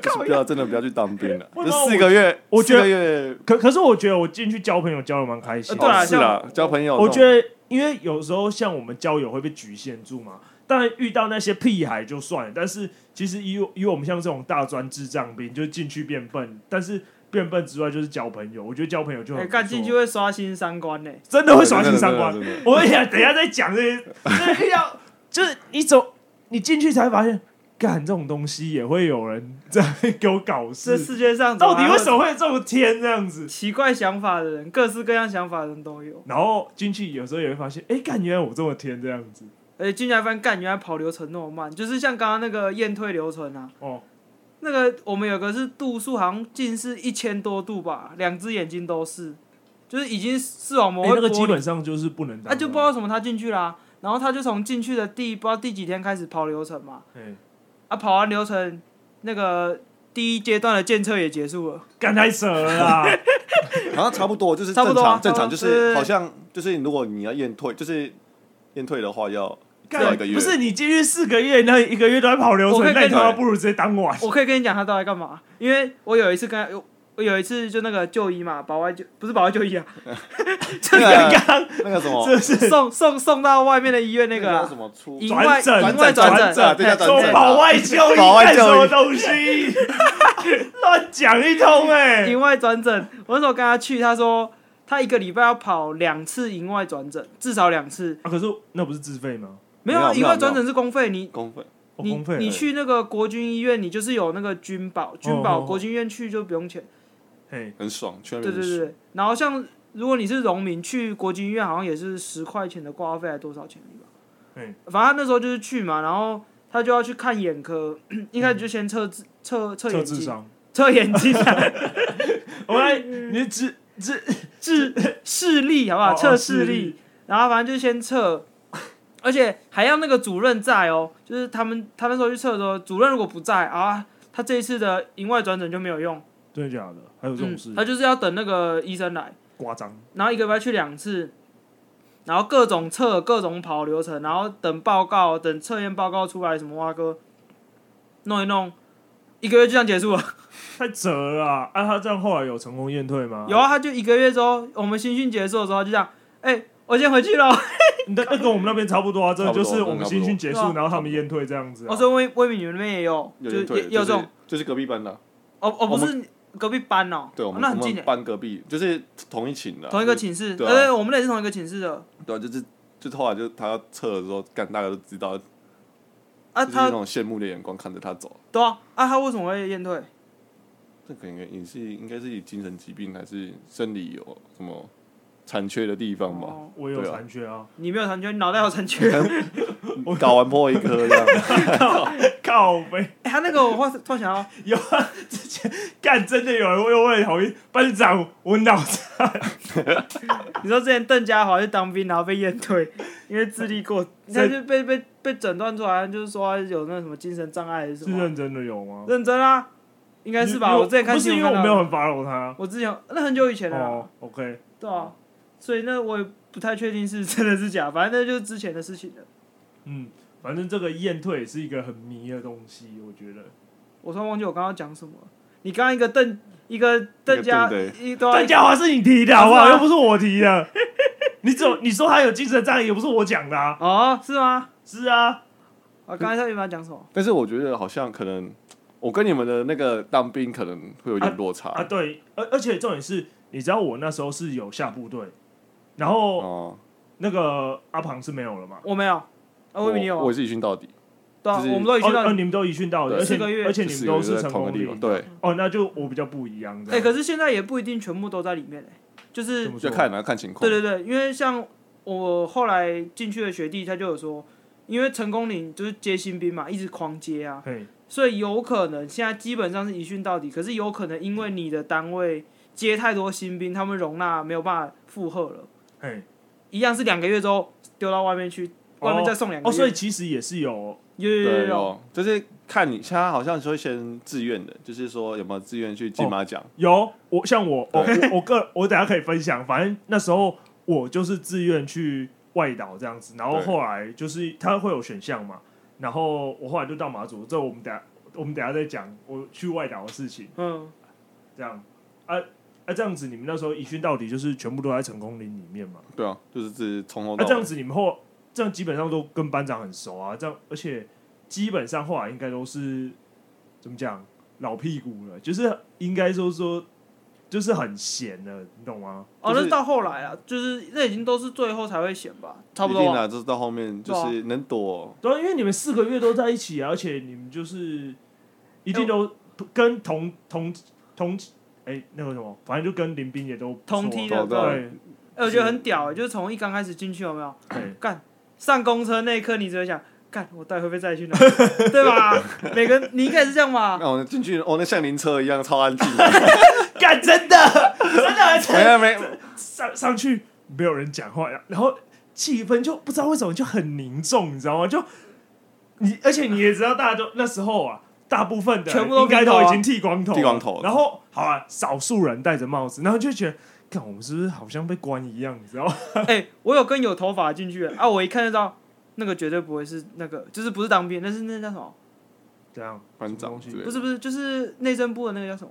[SPEAKER 3] 就是不要真的不要去当兵了。
[SPEAKER 1] 为
[SPEAKER 3] 这
[SPEAKER 1] 什么
[SPEAKER 3] 四个月，
[SPEAKER 1] 我觉得
[SPEAKER 3] 四个月
[SPEAKER 1] 可可是我觉得我进去交朋友交的蛮开心
[SPEAKER 2] 呃
[SPEAKER 1] 的，
[SPEAKER 2] 对啊
[SPEAKER 3] 哦是啦，交朋友，
[SPEAKER 1] 我觉得，因为有时候像我们交友会被局限住嘛，当然遇到那些屁孩就算了，但是其实以我以我们像这种大专智障兵，就进去变笨，但是变笨之外就是交朋友，我觉得交朋友就很
[SPEAKER 2] 哎，
[SPEAKER 1] 不错
[SPEAKER 2] 干进去会刷新三观呢。
[SPEAKER 1] 真的
[SPEAKER 3] 那种
[SPEAKER 1] 会刷新三观
[SPEAKER 3] 真。的真的真的
[SPEAKER 1] 我跟你讲，等一下再讲这些，就是遇到 就是你走你进去才发现，干这种东西也会有人在给我搞
[SPEAKER 2] 这
[SPEAKER 1] 事，
[SPEAKER 2] 世界 上
[SPEAKER 1] 到底为什么
[SPEAKER 2] 么
[SPEAKER 1] 会有这种天这样子？
[SPEAKER 2] 奇怪想法的人，各式各样想法的人都有。
[SPEAKER 1] 然后进去有时候也会发现，哎、干原来我这么天这样子
[SPEAKER 2] 而且进来发现，干原来跑流程那么慢，就是像刚刚那个验退流程啊，
[SPEAKER 1] 哦。
[SPEAKER 2] 那个我们有个是度数，好像近视一千多度吧，两只眼睛都是，就是已经视网膜
[SPEAKER 1] 欸
[SPEAKER 2] 会
[SPEAKER 1] 那个
[SPEAKER 2] 剥
[SPEAKER 1] 基
[SPEAKER 2] 离
[SPEAKER 1] 本上就是不能当
[SPEAKER 2] 啊，
[SPEAKER 1] 的。
[SPEAKER 2] 就不知道为什么他进去啦、然后他就从进去的第不知道第几天开始跑流程嘛，
[SPEAKER 1] 欸
[SPEAKER 2] 啊，跑完流程，那个第一阶段的检测也结束了，
[SPEAKER 1] 干太扯了 啦！
[SPEAKER 3] 好像差不多，就是
[SPEAKER 2] 差不多
[SPEAKER 3] 正
[SPEAKER 2] 啊
[SPEAKER 3] 常正
[SPEAKER 2] 差
[SPEAKER 3] 常，
[SPEAKER 2] 不
[SPEAKER 3] 就
[SPEAKER 2] 多
[SPEAKER 3] 是
[SPEAKER 2] 对
[SPEAKER 3] 好像就是如果你要验退，就是验退的话要要
[SPEAKER 1] 干
[SPEAKER 3] 一个月，
[SPEAKER 1] 不是你进去四个月，那一个月都在跑流
[SPEAKER 2] 我可
[SPEAKER 1] 程，
[SPEAKER 2] 以
[SPEAKER 1] 那
[SPEAKER 2] 跟
[SPEAKER 1] 你
[SPEAKER 2] 你
[SPEAKER 1] 他妈不如直接当完。
[SPEAKER 2] 我可以跟你讲他到底干嘛，因为我有一次跟他有我有一次就那个就医嘛，保外就不是保外就医啊，
[SPEAKER 3] 那
[SPEAKER 2] 啊
[SPEAKER 1] 刚刚
[SPEAKER 3] 个那个什么
[SPEAKER 1] 这是
[SPEAKER 2] 送送送到外面的医院那个
[SPEAKER 3] 叫
[SPEAKER 2] 啊
[SPEAKER 3] 什么出
[SPEAKER 2] 营外
[SPEAKER 1] 转诊
[SPEAKER 2] 营外
[SPEAKER 1] 转
[SPEAKER 2] 诊
[SPEAKER 3] 诊啊这叫转
[SPEAKER 2] 嘿
[SPEAKER 1] 说
[SPEAKER 3] 诊
[SPEAKER 1] 保哎外就医，
[SPEAKER 3] 保外
[SPEAKER 1] 干
[SPEAKER 3] 就
[SPEAKER 1] 什
[SPEAKER 3] 医
[SPEAKER 1] 么东西？乱讲一通哎！
[SPEAKER 2] 营外转诊，我那时候跟他去，他说他一个礼拜要跑两次营外转诊，至少两次。
[SPEAKER 1] 啊可是那不是自费吗？
[SPEAKER 2] 没有啊，
[SPEAKER 3] 没有
[SPEAKER 2] 营外
[SPEAKER 3] 没有
[SPEAKER 2] 转诊是公费，你
[SPEAKER 3] 公费，
[SPEAKER 1] 哦
[SPEAKER 2] 你
[SPEAKER 1] 公费
[SPEAKER 2] 你
[SPEAKER 1] 而已
[SPEAKER 2] 去那个国军医院，你就是有那个军保，军
[SPEAKER 1] 哦
[SPEAKER 2] 保
[SPEAKER 1] 哦哦
[SPEAKER 2] 国军医院去就不用钱。
[SPEAKER 1] 嘿，
[SPEAKER 3] 很爽，全
[SPEAKER 2] 对
[SPEAKER 3] 民
[SPEAKER 2] 对对对。然后像如果你是农民去国军医院，好像也是十块钱的挂号费，还多少钱而已吧？
[SPEAKER 1] 嗯
[SPEAKER 2] 反正他那时候就是去嘛，然后他就要去看眼科，一开始就先测智测测
[SPEAKER 1] 嗯测
[SPEAKER 2] 眼
[SPEAKER 1] 智
[SPEAKER 2] 睛，
[SPEAKER 1] 商。
[SPEAKER 2] 测 眼睛啊，
[SPEAKER 1] 我来，你智智
[SPEAKER 2] 视视力嗯好不好？
[SPEAKER 1] 哦哦
[SPEAKER 2] 测视
[SPEAKER 1] 视
[SPEAKER 2] 力
[SPEAKER 1] 力，
[SPEAKER 2] 然后反正就先测，而且还要那个主任在哦，就是他们他那时候去测的时候，主任如果不在啊，他这一次的营外转诊就没有用，
[SPEAKER 1] 真的假的？还有这种
[SPEAKER 2] 嗯
[SPEAKER 1] 事，？
[SPEAKER 2] 他就是要等那个医生来，
[SPEAKER 1] 夸张
[SPEAKER 2] 然后一个礼拜去两次，然后各种测各种跑流程，然后等报告，等测验报告出来什么蛙哥，弄一弄，一个月就这样结 束了。
[SPEAKER 1] 太扯了啦！啊，他这样后来有成功验退吗？
[SPEAKER 2] 有啊，他就一个月之后，我们新训结束的时候，他就这样，哎、我先回去 喽。
[SPEAKER 1] 那那跟我们那边差不多啊，这
[SPEAKER 3] 差不
[SPEAKER 1] 就
[SPEAKER 3] 多
[SPEAKER 1] 是我们新训结
[SPEAKER 2] 差
[SPEAKER 1] 束，
[SPEAKER 2] 不多
[SPEAKER 1] 然后他们验退这样子、啊
[SPEAKER 2] 我。说威威敏你们那边也有，
[SPEAKER 3] 有
[SPEAKER 2] 就
[SPEAKER 3] 验
[SPEAKER 2] 是也
[SPEAKER 3] 退，
[SPEAKER 2] 也有
[SPEAKER 3] 就
[SPEAKER 2] 这种
[SPEAKER 3] 是，就是隔壁班的，
[SPEAKER 2] 哦哦，
[SPEAKER 3] 我
[SPEAKER 2] 不是隔壁班哦，
[SPEAKER 3] 对我们
[SPEAKER 2] 那
[SPEAKER 3] 我
[SPEAKER 2] 很近
[SPEAKER 3] 们
[SPEAKER 2] 诶，
[SPEAKER 3] 班隔壁就是同一寝的啊，
[SPEAKER 2] 同一个寝室，
[SPEAKER 3] 对啊
[SPEAKER 2] 呃，我们那也是同一个寝室的
[SPEAKER 3] 对啊，就是就是后来就是他要撤的时候，干大家都知道，就是
[SPEAKER 2] 啊，
[SPEAKER 3] 那
[SPEAKER 2] 他
[SPEAKER 3] 种羡慕的眼光看着他走。
[SPEAKER 2] 对啊，啊他为什么会验退？
[SPEAKER 3] 这可能也是应该是以精神疾病还是生理有什么残缺的地方吧？
[SPEAKER 2] 哦，
[SPEAKER 1] 我有
[SPEAKER 3] 对啊
[SPEAKER 1] 残缺啊！
[SPEAKER 2] 你没有残缺，你脑袋有残缺。 哦
[SPEAKER 3] 搞完破一颗这样，
[SPEAKER 1] 靠背，
[SPEAKER 2] 哎，他那个我突突然想到，
[SPEAKER 1] 有啊！之前干真的有人又问好意班长，我脑子
[SPEAKER 2] 你说之前邓家华去当兵，然后被验退，因为智力过， 他就被被被诊断出来，就是说他有那什么精神障碍还是什
[SPEAKER 1] 是
[SPEAKER 2] 么啊？
[SPEAKER 1] 认真的有吗？
[SPEAKER 2] 认真啊，应该是吧？
[SPEAKER 1] 因为
[SPEAKER 2] 我之前看
[SPEAKER 1] 不是
[SPEAKER 2] 新
[SPEAKER 1] 因
[SPEAKER 2] 闻
[SPEAKER 1] 为我
[SPEAKER 2] 看
[SPEAKER 1] 没有
[SPEAKER 2] 到，
[SPEAKER 1] 很 follow 他啊
[SPEAKER 2] 我之前有那很久以前了啦。
[SPEAKER 1] 哦。OK，
[SPEAKER 2] 对啊，所以那我也不太确定是 真的是假，反正那就是之前的事情了。
[SPEAKER 1] 嗯，反正这个验退也是一个很迷的东西，我觉得。
[SPEAKER 2] 我突然忘记我刚刚讲什么了。你刚刚一个邓一个邓家
[SPEAKER 3] 一个邓
[SPEAKER 2] 一对啊
[SPEAKER 1] 但嘉华是你提的好不
[SPEAKER 2] 啊
[SPEAKER 1] 好？
[SPEAKER 2] 是吗
[SPEAKER 1] 又不是我提 的。你只有你说他有精神障碍，也不是我讲的啊。
[SPEAKER 2] 哦是吗？
[SPEAKER 1] 是啊，
[SPEAKER 2] 我刚才原本要讲什么？
[SPEAKER 3] 但是我觉得好像可能我跟你们的那个当兵可能会有点落差
[SPEAKER 1] 啊对，而而且重点是，你知道我那时候是有下部队，然后
[SPEAKER 3] 哦。
[SPEAKER 1] 那个阿庞是没有了嘛？
[SPEAKER 2] 我没有，啊
[SPEAKER 3] 我
[SPEAKER 2] 威明你有
[SPEAKER 3] 我也
[SPEAKER 2] 吗？
[SPEAKER 3] 是一训到底，
[SPEAKER 2] 对啊，
[SPEAKER 3] 就是
[SPEAKER 2] 我们都已经
[SPEAKER 1] 哦
[SPEAKER 2] 到
[SPEAKER 1] 哦，。你们都一训到底，
[SPEAKER 3] 对
[SPEAKER 1] 而且
[SPEAKER 2] 四个月
[SPEAKER 1] 而且你
[SPEAKER 3] 就
[SPEAKER 1] 们
[SPEAKER 3] 是
[SPEAKER 1] 都
[SPEAKER 3] 有在
[SPEAKER 1] 成
[SPEAKER 3] 同
[SPEAKER 1] 功
[SPEAKER 3] 个地
[SPEAKER 1] 里
[SPEAKER 3] 方，对，
[SPEAKER 1] 哦，那就我比较不一样这
[SPEAKER 2] 哎，
[SPEAKER 1] 样。
[SPEAKER 2] 可是现在也不一定全部都在里面哎，就是
[SPEAKER 1] 怎么说
[SPEAKER 3] 就看然后看情况。
[SPEAKER 2] 对对对，因为像我后来进去的学弟，他就有说，因为成功岭就是接新兵嘛，一直狂接啊，
[SPEAKER 1] 嘿，
[SPEAKER 2] 所以有可能现在基本上是一训到底，可是有可能因为你的单位接太多新兵，他们容纳没有办法负荷了，
[SPEAKER 1] 嘿，
[SPEAKER 2] 一样是两个月之后丢到外面去，
[SPEAKER 1] 哦
[SPEAKER 2] 外面再送两个
[SPEAKER 1] 哦，
[SPEAKER 2] 月。
[SPEAKER 1] 所以其实也是有
[SPEAKER 2] 有有有有
[SPEAKER 3] 对
[SPEAKER 2] 有，
[SPEAKER 3] 哦，就是看你，他好像说先自愿的，就是说有没有自愿去金马奖，
[SPEAKER 1] 有，我像我我
[SPEAKER 3] 对
[SPEAKER 1] 我我个我等下可以分享，反正那时候我就是自愿去外岛这样子，然后
[SPEAKER 3] 对
[SPEAKER 1] 后来就是他会有选项嘛，然后我后来就到马祖，这我们等下我们等下再讲我去外岛的事情。
[SPEAKER 2] 嗯，
[SPEAKER 1] 这样啊啊，这样子你们那时候一训到底就是全部都在成功林里面嘛？
[SPEAKER 3] 对啊，就是自己从头
[SPEAKER 1] 那、
[SPEAKER 3] 到
[SPEAKER 1] 啊、这
[SPEAKER 3] 尾
[SPEAKER 1] 样子你们后这样基本上都跟班长很熟啊，这样而且基本上后来应该都是怎么讲老屁股了，就是应该说说就是很闲了，你懂吗？
[SPEAKER 2] 哦，
[SPEAKER 3] 就
[SPEAKER 2] 那
[SPEAKER 3] 是
[SPEAKER 2] 是到后来啊，就是那已经都是最后才会选吧，差不
[SPEAKER 3] 一
[SPEAKER 2] 多
[SPEAKER 3] 定
[SPEAKER 2] 啊。
[SPEAKER 3] 啊，就是到后面就
[SPEAKER 2] 对啊
[SPEAKER 3] 是能躲，
[SPEAKER 1] 对啊，因为你们四个月都在一起啊，而且你们就是一定都跟同同同哎、那个什么，反正就跟林斌也都不错啊
[SPEAKER 2] 同梯
[SPEAKER 3] 的对
[SPEAKER 1] 对
[SPEAKER 2] 哎，我觉得很屌欸，就是从一刚开始进去有没有？
[SPEAKER 1] 对
[SPEAKER 2] 干上公车那一刻，你只会想，干我待会被载去哪？ 对吧？每个人你应该也是这样吧？
[SPEAKER 3] 那我进去哦，那像灵车一样超安静的，
[SPEAKER 1] 干真的真的
[SPEAKER 3] 没有没有，
[SPEAKER 1] 上上去没有人讲话，然后气氛就不知道为什么就很凝重，你知道吗？就你，而且你也知道，大家都那时候啊，大部分的人
[SPEAKER 2] 全部都
[SPEAKER 1] 应该
[SPEAKER 2] 剃头
[SPEAKER 1] 都
[SPEAKER 2] 啊
[SPEAKER 1] 已经剃光头了，
[SPEAKER 3] 剃光头了
[SPEAKER 1] 然后好啊，少数人戴着帽子，然后就觉得，看我们是不是好像被关一样，你知道吗？
[SPEAKER 2] 哎、我有跟有头发进去啊，我一看就知道那个绝对不会是那个，就是不是当兵，那是那叫什么？
[SPEAKER 1] 这样
[SPEAKER 3] 班长
[SPEAKER 1] 什
[SPEAKER 3] 之
[SPEAKER 1] 么东西
[SPEAKER 2] 不
[SPEAKER 3] 类的，
[SPEAKER 2] 是不是，就是内政部的那个叫什么？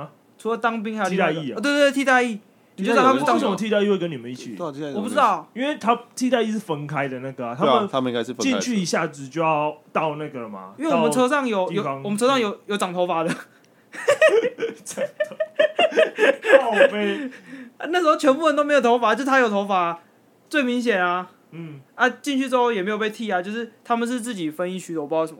[SPEAKER 1] 啊？
[SPEAKER 2] 除了当兵还有
[SPEAKER 1] 替代
[SPEAKER 2] 另外一
[SPEAKER 1] 役
[SPEAKER 2] 个
[SPEAKER 1] 啊
[SPEAKER 2] 哦对对对，替代役，你就知道他
[SPEAKER 3] 替代役
[SPEAKER 2] 们
[SPEAKER 3] 有
[SPEAKER 2] 是
[SPEAKER 1] 为
[SPEAKER 2] 当
[SPEAKER 1] 什
[SPEAKER 2] 什
[SPEAKER 1] 么
[SPEAKER 2] 么？
[SPEAKER 1] 替代役会跟你们一起？
[SPEAKER 3] 到啊底现在
[SPEAKER 2] 我不知道，
[SPEAKER 1] 因为他替代役是分开的那个、啊，他
[SPEAKER 3] 对啊，
[SPEAKER 1] 们
[SPEAKER 3] 他们应该是分
[SPEAKER 1] 进
[SPEAKER 3] 开
[SPEAKER 1] 去一下子就要到那个了嘛，
[SPEAKER 2] 因为我们
[SPEAKER 1] 到
[SPEAKER 2] 车上有
[SPEAKER 1] 地
[SPEAKER 2] 有
[SPEAKER 1] 方嗯
[SPEAKER 2] 我们车上有有长头发的，
[SPEAKER 1] 靠背，
[SPEAKER 2] 啊那时候全部人都没有头发，就他有头发，最明显啊
[SPEAKER 1] 嗯。
[SPEAKER 2] 啊！进去之后也没有被剃啊，就是他们是自己分一区的，我不知道为什么。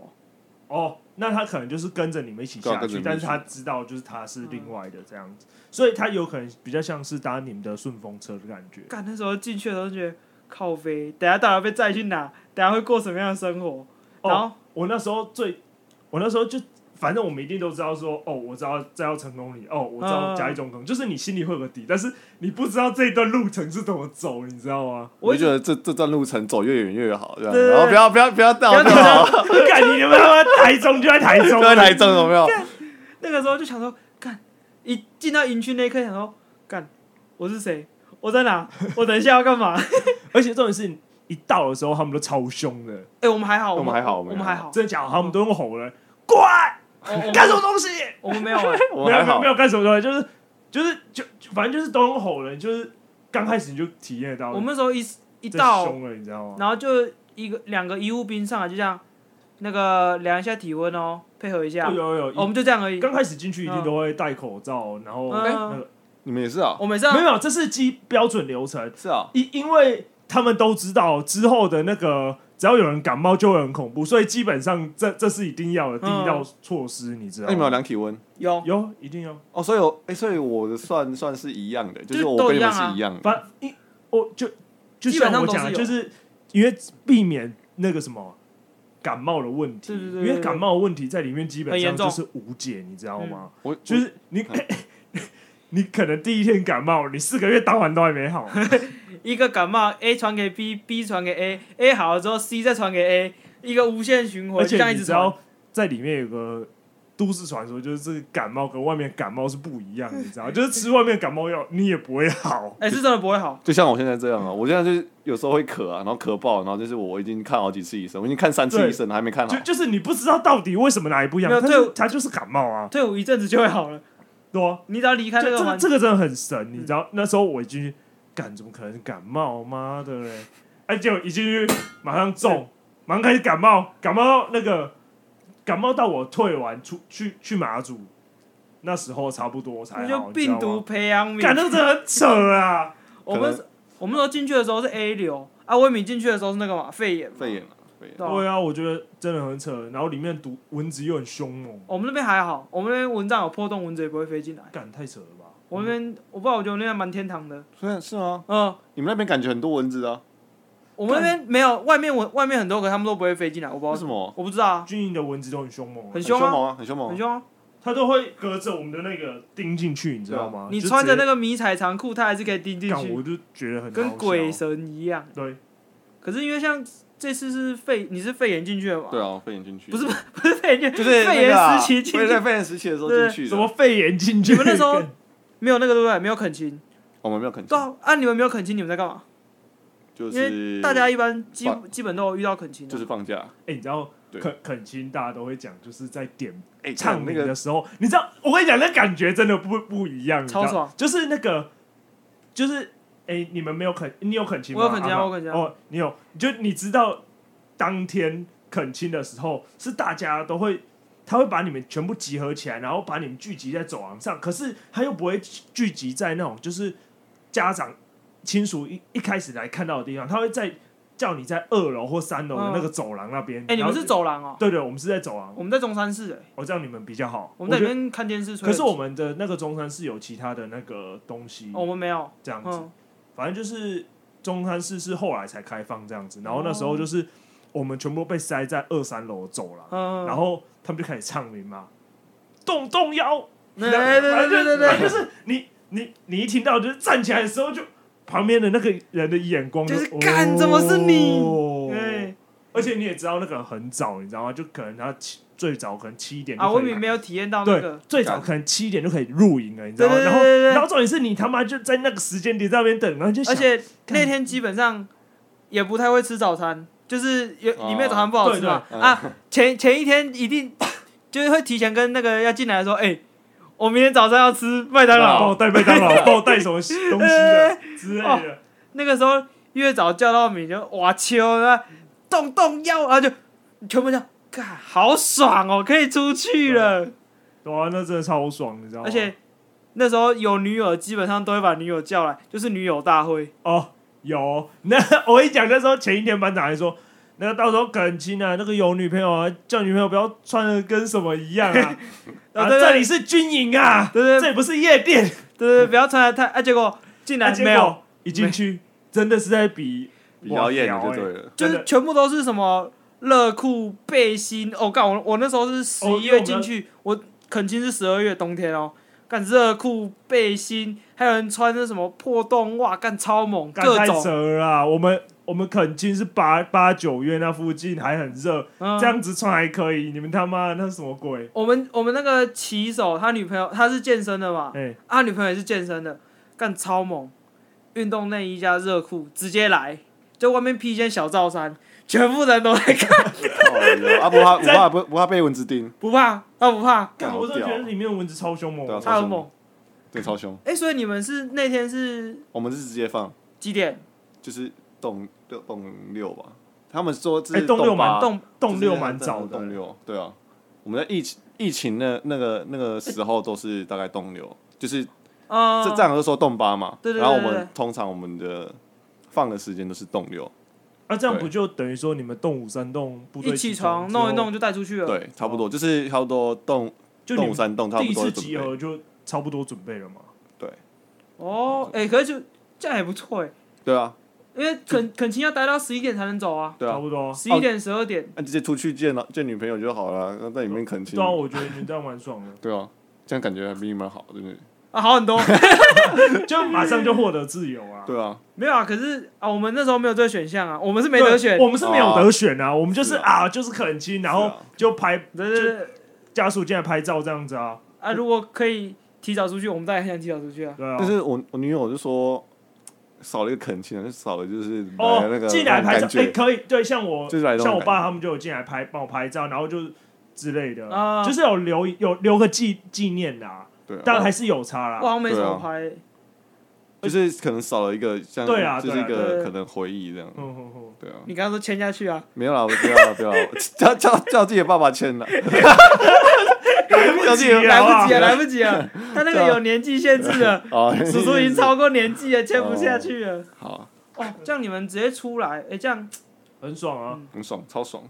[SPEAKER 1] 哦，那他可能就是跟着你们一起
[SPEAKER 3] 对啊
[SPEAKER 1] 下
[SPEAKER 3] 跟着
[SPEAKER 1] 去，
[SPEAKER 3] 你们
[SPEAKER 1] 但
[SPEAKER 3] 一
[SPEAKER 1] 是
[SPEAKER 3] 起
[SPEAKER 1] 他知道就是他是另外的这样子，所以他有可能比较像是搭你们的顺风车的感觉。
[SPEAKER 2] 干那时候进去的时候就觉得靠飞，等下大家被载去哪，等下会过什么样的生活，
[SPEAKER 1] 哦
[SPEAKER 2] 然后
[SPEAKER 1] 我那时候最，我那时候就反正我们一定都知道说，哦，我知道再要成功里，哦，我知道
[SPEAKER 2] 嗯
[SPEAKER 1] 加一中坑，就是你心里会有个底，但是你不知道这一段路程是怎么走，你知道 吗？
[SPEAKER 3] 我就觉得这这段路程走越远越好，这样，
[SPEAKER 2] 对对对
[SPEAKER 3] 然后不要不要不要到
[SPEAKER 2] 不要
[SPEAKER 3] 就好，
[SPEAKER 1] 干你他妈台中就在台中，
[SPEAKER 3] 就在台中有没有？
[SPEAKER 2] 那个时候就想说，干，一进到营区那一刻想说，干，我是谁？我在 哪？我等一下要干嘛？哎、
[SPEAKER 1] 而且重点是一到的时候他们都超凶的，
[SPEAKER 2] 哎我们还好，
[SPEAKER 3] 我们还好
[SPEAKER 2] 我
[SPEAKER 3] 我
[SPEAKER 2] 们
[SPEAKER 3] 们
[SPEAKER 2] 还
[SPEAKER 3] 还
[SPEAKER 2] 好，
[SPEAKER 1] 真的假的？他们都用吼的，过
[SPEAKER 2] 哦
[SPEAKER 1] 来
[SPEAKER 2] 我我
[SPEAKER 1] 干什么东西？
[SPEAKER 2] 我们没 有、哎
[SPEAKER 3] 我
[SPEAKER 1] 没有
[SPEAKER 3] 们还
[SPEAKER 1] 没有
[SPEAKER 3] 好
[SPEAKER 1] 没，有干什么东西，就是就是就就反正就是都用吼人，就是刚开始你就体验得到，
[SPEAKER 2] 我们那时候一一
[SPEAKER 1] 一
[SPEAKER 2] 到，
[SPEAKER 1] 凶了，啊你知道吗？
[SPEAKER 2] 然后就一个两个医务兵上来，就这样，那个量一下体温哦，配合一下，
[SPEAKER 1] 哦有有
[SPEAKER 2] 我
[SPEAKER 1] 有，
[SPEAKER 2] 们就这样而已。
[SPEAKER 1] 刚开始进去一定都会戴口罩，然后
[SPEAKER 2] 嗯
[SPEAKER 1] 那个
[SPEAKER 3] 你们也是啊，
[SPEAKER 2] 我们是要
[SPEAKER 1] 没有没有，这是基标准流程，
[SPEAKER 3] 是啊，
[SPEAKER 1] 因因为他们都知道之后的那个。只要有人感冒就会很恐怖，所以基本上这这是一定要的第一
[SPEAKER 2] 嗯
[SPEAKER 1] 道措施，你知道
[SPEAKER 3] 哎那你们有
[SPEAKER 1] 吗？
[SPEAKER 3] 量体温
[SPEAKER 2] 有
[SPEAKER 1] 有一定要，
[SPEAKER 3] 哦，所以我哎，所以我的算算是一样的，就
[SPEAKER 2] 就是是
[SPEAKER 3] 我
[SPEAKER 2] 都
[SPEAKER 3] 跟你
[SPEAKER 2] 一
[SPEAKER 3] 们
[SPEAKER 2] 样
[SPEAKER 3] 是
[SPEAKER 2] 啊
[SPEAKER 3] 一样的，
[SPEAKER 1] 反一我就就
[SPEAKER 2] 基本
[SPEAKER 1] 像
[SPEAKER 2] 上
[SPEAKER 1] 我
[SPEAKER 2] 都是
[SPEAKER 1] 讲的，
[SPEAKER 2] 有
[SPEAKER 1] 就是因为避免那个什么感冒的问题，
[SPEAKER 2] 对对对
[SPEAKER 1] 因为
[SPEAKER 2] 对对
[SPEAKER 1] 感冒的问题在里面基本
[SPEAKER 2] 很
[SPEAKER 1] 上
[SPEAKER 2] 严
[SPEAKER 1] 就
[SPEAKER 2] 重嗯
[SPEAKER 1] 是无解，你知道吗？
[SPEAKER 3] 我
[SPEAKER 1] 就
[SPEAKER 3] 我
[SPEAKER 1] 是你。 你可能第一天感冒，你四个月当完都还没 好，
[SPEAKER 2] 一个感冒，A 传给 B，B 传给 A，A 好了之后 C 再传给 A，一个无限循环，
[SPEAKER 1] 而
[SPEAKER 2] 就
[SPEAKER 1] 且
[SPEAKER 2] 这样一
[SPEAKER 1] 你
[SPEAKER 2] 直
[SPEAKER 1] 知
[SPEAKER 2] 传。
[SPEAKER 1] 道在里面有个都市传说，就是这个感冒跟外面感冒是不一样的，你知道吗，就是吃外面感冒药你也不会好，
[SPEAKER 2] 哎、是真的不会好。
[SPEAKER 3] 就像我现在这样啊，我现在就是有时候会咳啊，然后咳爆，然后就是我已经看好几次医生，我已经看三次
[SPEAKER 1] 对
[SPEAKER 3] 医生了，还没看 好
[SPEAKER 1] 就。就是你不知道到底为什么哪里不一样
[SPEAKER 2] 嗯没，有
[SPEAKER 1] 但是
[SPEAKER 2] 对
[SPEAKER 1] 它就是感冒啊，
[SPEAKER 2] 退伍一阵子就会好了，
[SPEAKER 1] 对啊，
[SPEAKER 2] 你只要离开那
[SPEAKER 1] 这
[SPEAKER 2] 个
[SPEAKER 1] 这个
[SPEAKER 2] 环
[SPEAKER 1] 这
[SPEAKER 2] 境，嗯
[SPEAKER 1] 个真的很神，你知道？那时候我一进去，干怎么可能感冒？妈的嘞！哎，结果一进去马上中，马上开始感冒，感冒到那个感冒到我退完出去去马祖，那时候差不多才
[SPEAKER 2] 你
[SPEAKER 1] 好
[SPEAKER 2] 就。病
[SPEAKER 1] 你知道
[SPEAKER 2] 毒
[SPEAKER 1] 吗，
[SPEAKER 2] 培养皿
[SPEAKER 1] 感。那个真的很扯啊！
[SPEAKER 2] 我们是我们那时候进去的时候是 A 流啊，威敏进去的时候是那个嘛肺炎嘛。
[SPEAKER 3] 肺炎啊，肺炎。
[SPEAKER 2] 对啊
[SPEAKER 1] 对啊，我觉得真的很扯。然后里面毒蚊子又很凶猛，
[SPEAKER 2] 我们那边还好，我们那边蚊帐有破洞，蚊子也不会飞进来。
[SPEAKER 1] 干太扯了吧？
[SPEAKER 2] 我们那边我不知道，我觉得我那边蛮天堂的。
[SPEAKER 3] 虽然啊是吗？
[SPEAKER 2] 嗯，
[SPEAKER 3] 你们那边感觉很多蚊子啊？
[SPEAKER 2] 我们那边没有，外面蚊外面很多个，他们都不会飞进来，我不知道
[SPEAKER 3] 为什么？
[SPEAKER 2] 我不知道啊，
[SPEAKER 1] 军营的蚊子都很凶猛啊，
[SPEAKER 2] 很
[SPEAKER 3] 很
[SPEAKER 2] 凶啊
[SPEAKER 3] 猛啊，很凶猛
[SPEAKER 2] 很
[SPEAKER 3] 啊。
[SPEAKER 2] 凶啊！
[SPEAKER 1] 它都会隔着我们的那个钉进去，你知道吗？
[SPEAKER 2] 啊你
[SPEAKER 1] 啊就
[SPEAKER 2] 穿着
[SPEAKER 1] 直
[SPEAKER 2] 那
[SPEAKER 1] 接
[SPEAKER 2] 个迷彩长裤，它还是可以钉进
[SPEAKER 1] 干，我
[SPEAKER 2] 去，
[SPEAKER 1] 就觉得很好
[SPEAKER 2] 跟
[SPEAKER 1] 笑
[SPEAKER 2] 鬼神一样。
[SPEAKER 1] 对。
[SPEAKER 2] 可是因为像这次是肺，你是肺炎进去的嘛？
[SPEAKER 3] 对啊，肺炎进去。
[SPEAKER 2] 不是 不是肺炎，
[SPEAKER 3] 就是
[SPEAKER 2] 肺
[SPEAKER 3] 那个啊
[SPEAKER 2] 炎 时期进
[SPEAKER 3] 我也
[SPEAKER 2] 去
[SPEAKER 3] 在，肺炎时期的时候
[SPEAKER 2] 对
[SPEAKER 3] 进去的。哦
[SPEAKER 1] 什么？肺炎进去？
[SPEAKER 2] 你们那时 候
[SPEAKER 1] 哎
[SPEAKER 2] 没有那个对不对？没有恳亲，
[SPEAKER 3] 我们没有恳
[SPEAKER 2] 对
[SPEAKER 3] 亲，
[SPEAKER 2] 啊，啊你们没有恳亲，你们在干嘛？
[SPEAKER 3] 就
[SPEAKER 2] 因
[SPEAKER 3] 是
[SPEAKER 2] 大家一般基
[SPEAKER 3] 放
[SPEAKER 2] 基本都有遇到恳亲、啊，
[SPEAKER 3] 就是放假，
[SPEAKER 1] 哎、你知道
[SPEAKER 3] 对
[SPEAKER 1] 恳恳亲大家都会讲，就是在点
[SPEAKER 3] 哎
[SPEAKER 1] 唱
[SPEAKER 3] 那
[SPEAKER 1] 名
[SPEAKER 3] 个
[SPEAKER 1] 的时候，你知道，我跟你讲，那感觉真的不不一样，你知道
[SPEAKER 2] 超爽，
[SPEAKER 1] 就是那个，就是哎、你们没有恳，你有恳亲吗？
[SPEAKER 2] 我有恳亲啊
[SPEAKER 1] 阿妈
[SPEAKER 2] 我有恳亲啊
[SPEAKER 1] 哦，你有，就你知道当天恳亲的时候，是大家都会。他会把你们全部集合起来，然后把你们聚集在走廊上。可是他又不会聚集在那种就是家长亲属一一开始来看到的地方，他会在叫你在二楼或三楼的那个走廊那边。
[SPEAKER 2] 嗯哎、你
[SPEAKER 1] 然
[SPEAKER 2] 们
[SPEAKER 1] 后
[SPEAKER 2] 是？走廊哦、
[SPEAKER 1] 对对，我们是在走廊。
[SPEAKER 2] 我们在中山市哎、
[SPEAKER 1] 我这样你们比较好。
[SPEAKER 2] 我们在里
[SPEAKER 1] 觉得
[SPEAKER 2] 面看电视吹
[SPEAKER 1] 可
[SPEAKER 2] 冷
[SPEAKER 1] 是
[SPEAKER 2] 气。
[SPEAKER 1] 我们的那个中山是有其他的那个东西，
[SPEAKER 2] 哦我们没有，
[SPEAKER 1] 这样子。
[SPEAKER 2] 嗯，
[SPEAKER 1] 反正就是中山市是后来才开放这样子，然后那
[SPEAKER 2] 哦
[SPEAKER 1] 时候就是我们全部被塞在二三楼走廊，
[SPEAKER 2] 嗯
[SPEAKER 1] 然后他们就开始唱名嘛，动动腰，
[SPEAKER 2] 对
[SPEAKER 1] 然后
[SPEAKER 2] 对对对对
[SPEAKER 1] 反正就
[SPEAKER 2] 对，
[SPEAKER 1] 是你你你一听到就是站起来的时候就。旁边的那个人的眼光
[SPEAKER 2] 就是干怎么是你
[SPEAKER 1] 哦
[SPEAKER 2] 哎
[SPEAKER 1] 而且你也知道那个很早，你知道吗？就可能他七最早可能七点就
[SPEAKER 2] 啊，我
[SPEAKER 1] 可以
[SPEAKER 2] 也没有体验到那
[SPEAKER 1] 对
[SPEAKER 2] 个，，
[SPEAKER 1] 最早可能七点就可以入营了，你知道吗？
[SPEAKER 2] 对对
[SPEAKER 1] 然后，
[SPEAKER 2] 对对对
[SPEAKER 1] 然后重点是你他妈就在那个时间点在那边等，然后就想
[SPEAKER 2] 而且
[SPEAKER 1] 干
[SPEAKER 2] 那天基本上也不太会吃早餐，就是有
[SPEAKER 3] 哦
[SPEAKER 2] 里面早餐不好吃嘛
[SPEAKER 3] 对对
[SPEAKER 2] 啊，前前一天一定 就是会提前跟那个要进来说，哎、我明天早上要吃麦当
[SPEAKER 1] 帮我
[SPEAKER 2] 劳，
[SPEAKER 1] 带麦当 劳，帮我带什么东西的之类
[SPEAKER 2] 哦
[SPEAKER 1] 的，
[SPEAKER 2] 那个时候越早叫到名就哇秋啊，动动腰，然后就全部讲，干好爽哦，可以出去了，
[SPEAKER 1] 哇，那真的超爽，你知道吗？
[SPEAKER 2] 而且。那时候有女友，基本上都会把女友叫来，就是女友大会。
[SPEAKER 1] 哦，有 那我一讲那时候前一天班长还说。那个到时候感情啊，那个有女朋友啊，叫女朋友不要穿的跟什么一样 啊！啊，
[SPEAKER 2] 哦对对对
[SPEAKER 1] 这里是军营啊，
[SPEAKER 2] 对对对
[SPEAKER 1] 这里不是夜 店。
[SPEAKER 2] 对对，对不要穿的太啊！结果进来
[SPEAKER 1] 啊结
[SPEAKER 2] 没有，
[SPEAKER 1] 果一进去真的是在比
[SPEAKER 3] 比较艳
[SPEAKER 1] 哇屌
[SPEAKER 3] 的就
[SPEAKER 1] 欸
[SPEAKER 3] 对了。
[SPEAKER 2] 就
[SPEAKER 1] 真
[SPEAKER 2] 是
[SPEAKER 1] 的
[SPEAKER 2] 全部都是什么热裤、背心。哦，干我我那时候是十一
[SPEAKER 1] 哦因为我
[SPEAKER 2] 月
[SPEAKER 1] 们
[SPEAKER 2] 进去，我肯定是十二月冬天哦。干热裤、背心，还有人穿那什么破洞袜，干超猛，
[SPEAKER 1] 干
[SPEAKER 2] 各
[SPEAKER 1] 太
[SPEAKER 2] 种。
[SPEAKER 1] 折了啊！我们我们垦丁是八八九月那附近还很热，
[SPEAKER 2] 嗯
[SPEAKER 1] 这样子穿还可以。你们他妈那是什么鬼？
[SPEAKER 2] 我们我们那个骑手，他女朋友他是健身的嘛，
[SPEAKER 1] 哎、
[SPEAKER 2] 啊，他女朋友也是健身的，干超猛，运动内衣加热裤直接来，就外面披一件小罩衫，全部人都在看，
[SPEAKER 3] 哦，有啊，不怕不怕不不怕被蚊子叮，
[SPEAKER 2] 不怕，他不怕，
[SPEAKER 1] 干
[SPEAKER 3] 好
[SPEAKER 1] 我真的
[SPEAKER 3] 屌
[SPEAKER 1] 觉得里面的蚊子超凶猛哦
[SPEAKER 3] 对啊
[SPEAKER 1] 的。
[SPEAKER 3] 超
[SPEAKER 2] 他很猛。
[SPEAKER 3] 对，超凶。
[SPEAKER 2] 哎、所以你们是那天是
[SPEAKER 3] 我们是直接放，
[SPEAKER 2] 几点？
[SPEAKER 3] 就是动六动六吧。他们说这
[SPEAKER 1] 哎
[SPEAKER 3] 是
[SPEAKER 1] 动六嘛
[SPEAKER 3] 八
[SPEAKER 2] 动
[SPEAKER 1] 动六蛮早
[SPEAKER 3] 动
[SPEAKER 1] 的，欸
[SPEAKER 3] 六对啊。我们在疫情疫情那那个那个时候都是大概动六，就是
[SPEAKER 2] 呃，
[SPEAKER 3] 这站都说动八嘛，
[SPEAKER 2] 对对对
[SPEAKER 3] 然后我
[SPEAKER 2] 对
[SPEAKER 3] 们
[SPEAKER 2] 对
[SPEAKER 3] 通常我们的放的时间都是动六，
[SPEAKER 1] 那、啊这样
[SPEAKER 3] 对
[SPEAKER 1] 不就等于说你们动五三动部队
[SPEAKER 2] 一起床
[SPEAKER 1] 之后
[SPEAKER 2] 弄一弄，就带出去了。，
[SPEAKER 3] 对，差不多就是差不多动
[SPEAKER 1] 哦就你
[SPEAKER 3] 动
[SPEAKER 1] 们
[SPEAKER 3] 三动差
[SPEAKER 1] 第
[SPEAKER 3] 不
[SPEAKER 1] 一
[SPEAKER 3] 多
[SPEAKER 1] 次
[SPEAKER 3] 的
[SPEAKER 1] 集
[SPEAKER 3] 准备，
[SPEAKER 1] 合就差不多准备了嘛？
[SPEAKER 2] 哦，哎、可是就这样也不错哎、
[SPEAKER 3] 对啊
[SPEAKER 2] 因为肯肯亲要待到十一点才能走啊，
[SPEAKER 3] 对
[SPEAKER 1] 差
[SPEAKER 3] 啊，
[SPEAKER 1] 不 多啊。
[SPEAKER 2] 十一点十二点。
[SPEAKER 3] 那直接出去见了见女朋友就好了，那在里面恳亲
[SPEAKER 1] 对，啊，我觉得你们这样蛮爽的，
[SPEAKER 3] 对啊，这样感觉比你们好，对不对？
[SPEAKER 2] 啊，好 很多，
[SPEAKER 1] 就马上就获得自由啊。
[SPEAKER 3] 对啊，
[SPEAKER 2] 没有啊。可是啊，我们那时候没有这个选项啊，我们是没得选
[SPEAKER 1] 对。我们是没有得选啊，我们就是
[SPEAKER 3] 是
[SPEAKER 1] 啊，就是恳亲，然
[SPEAKER 3] 是
[SPEAKER 1] 后
[SPEAKER 3] 啊
[SPEAKER 1] 就拍
[SPEAKER 2] 对对对
[SPEAKER 1] 家属进来拍照这样子啊，
[SPEAKER 2] 啊，如果可以提早出去，我们当然很想提早出去啊。
[SPEAKER 1] 对啊。
[SPEAKER 3] 但是我我女友就说少了一个恳亲，就少了就是
[SPEAKER 1] 哦
[SPEAKER 3] 呃来那，个
[SPEAKER 1] 进来
[SPEAKER 3] 那
[SPEAKER 1] 拍
[SPEAKER 3] 种
[SPEAKER 1] 照
[SPEAKER 3] 感，
[SPEAKER 1] 哎，
[SPEAKER 3] 觉，
[SPEAKER 1] 可以，对，像我，
[SPEAKER 3] 就是来那种
[SPEAKER 1] 像我爸
[SPEAKER 3] 感
[SPEAKER 1] 他们就有进来拍，帮我拍照，然后就之类的，
[SPEAKER 2] 啊
[SPEAKER 1] 就是有留有留个纪纪念啦，
[SPEAKER 3] 对啊，
[SPEAKER 1] 当然还是有差
[SPEAKER 2] 我
[SPEAKER 1] 啦。
[SPEAKER 2] 好像没什
[SPEAKER 3] 对
[SPEAKER 2] 么
[SPEAKER 3] 啊
[SPEAKER 2] 拍、
[SPEAKER 3] 就是可能少了一个像，
[SPEAKER 1] 对啊
[SPEAKER 3] 就是一
[SPEAKER 1] 对
[SPEAKER 2] 啊对
[SPEAKER 3] 个
[SPEAKER 2] 啊
[SPEAKER 3] 可能回忆这样，
[SPEAKER 1] 嗯嗯嗯，
[SPEAKER 3] 对啊，
[SPEAKER 2] 你刚刚说签下去啊，
[SPEAKER 3] 没有啦，我不要啦，不要 啦，叫叫叫自己的爸爸签了，
[SPEAKER 1] 不及了
[SPEAKER 2] 来不及
[SPEAKER 1] 啊
[SPEAKER 2] 啊，来不及啊。他那
[SPEAKER 3] 对
[SPEAKER 2] 个
[SPEAKER 3] 啊
[SPEAKER 2] 有年纪限制的，
[SPEAKER 3] 哦，
[SPEAKER 2] 叔叔已经超过年纪了，签不下去了。
[SPEAKER 3] 好，
[SPEAKER 2] 哦，这样你们直接出来，哎、这样，
[SPEAKER 1] 很爽啊！
[SPEAKER 3] 很爽，超爽。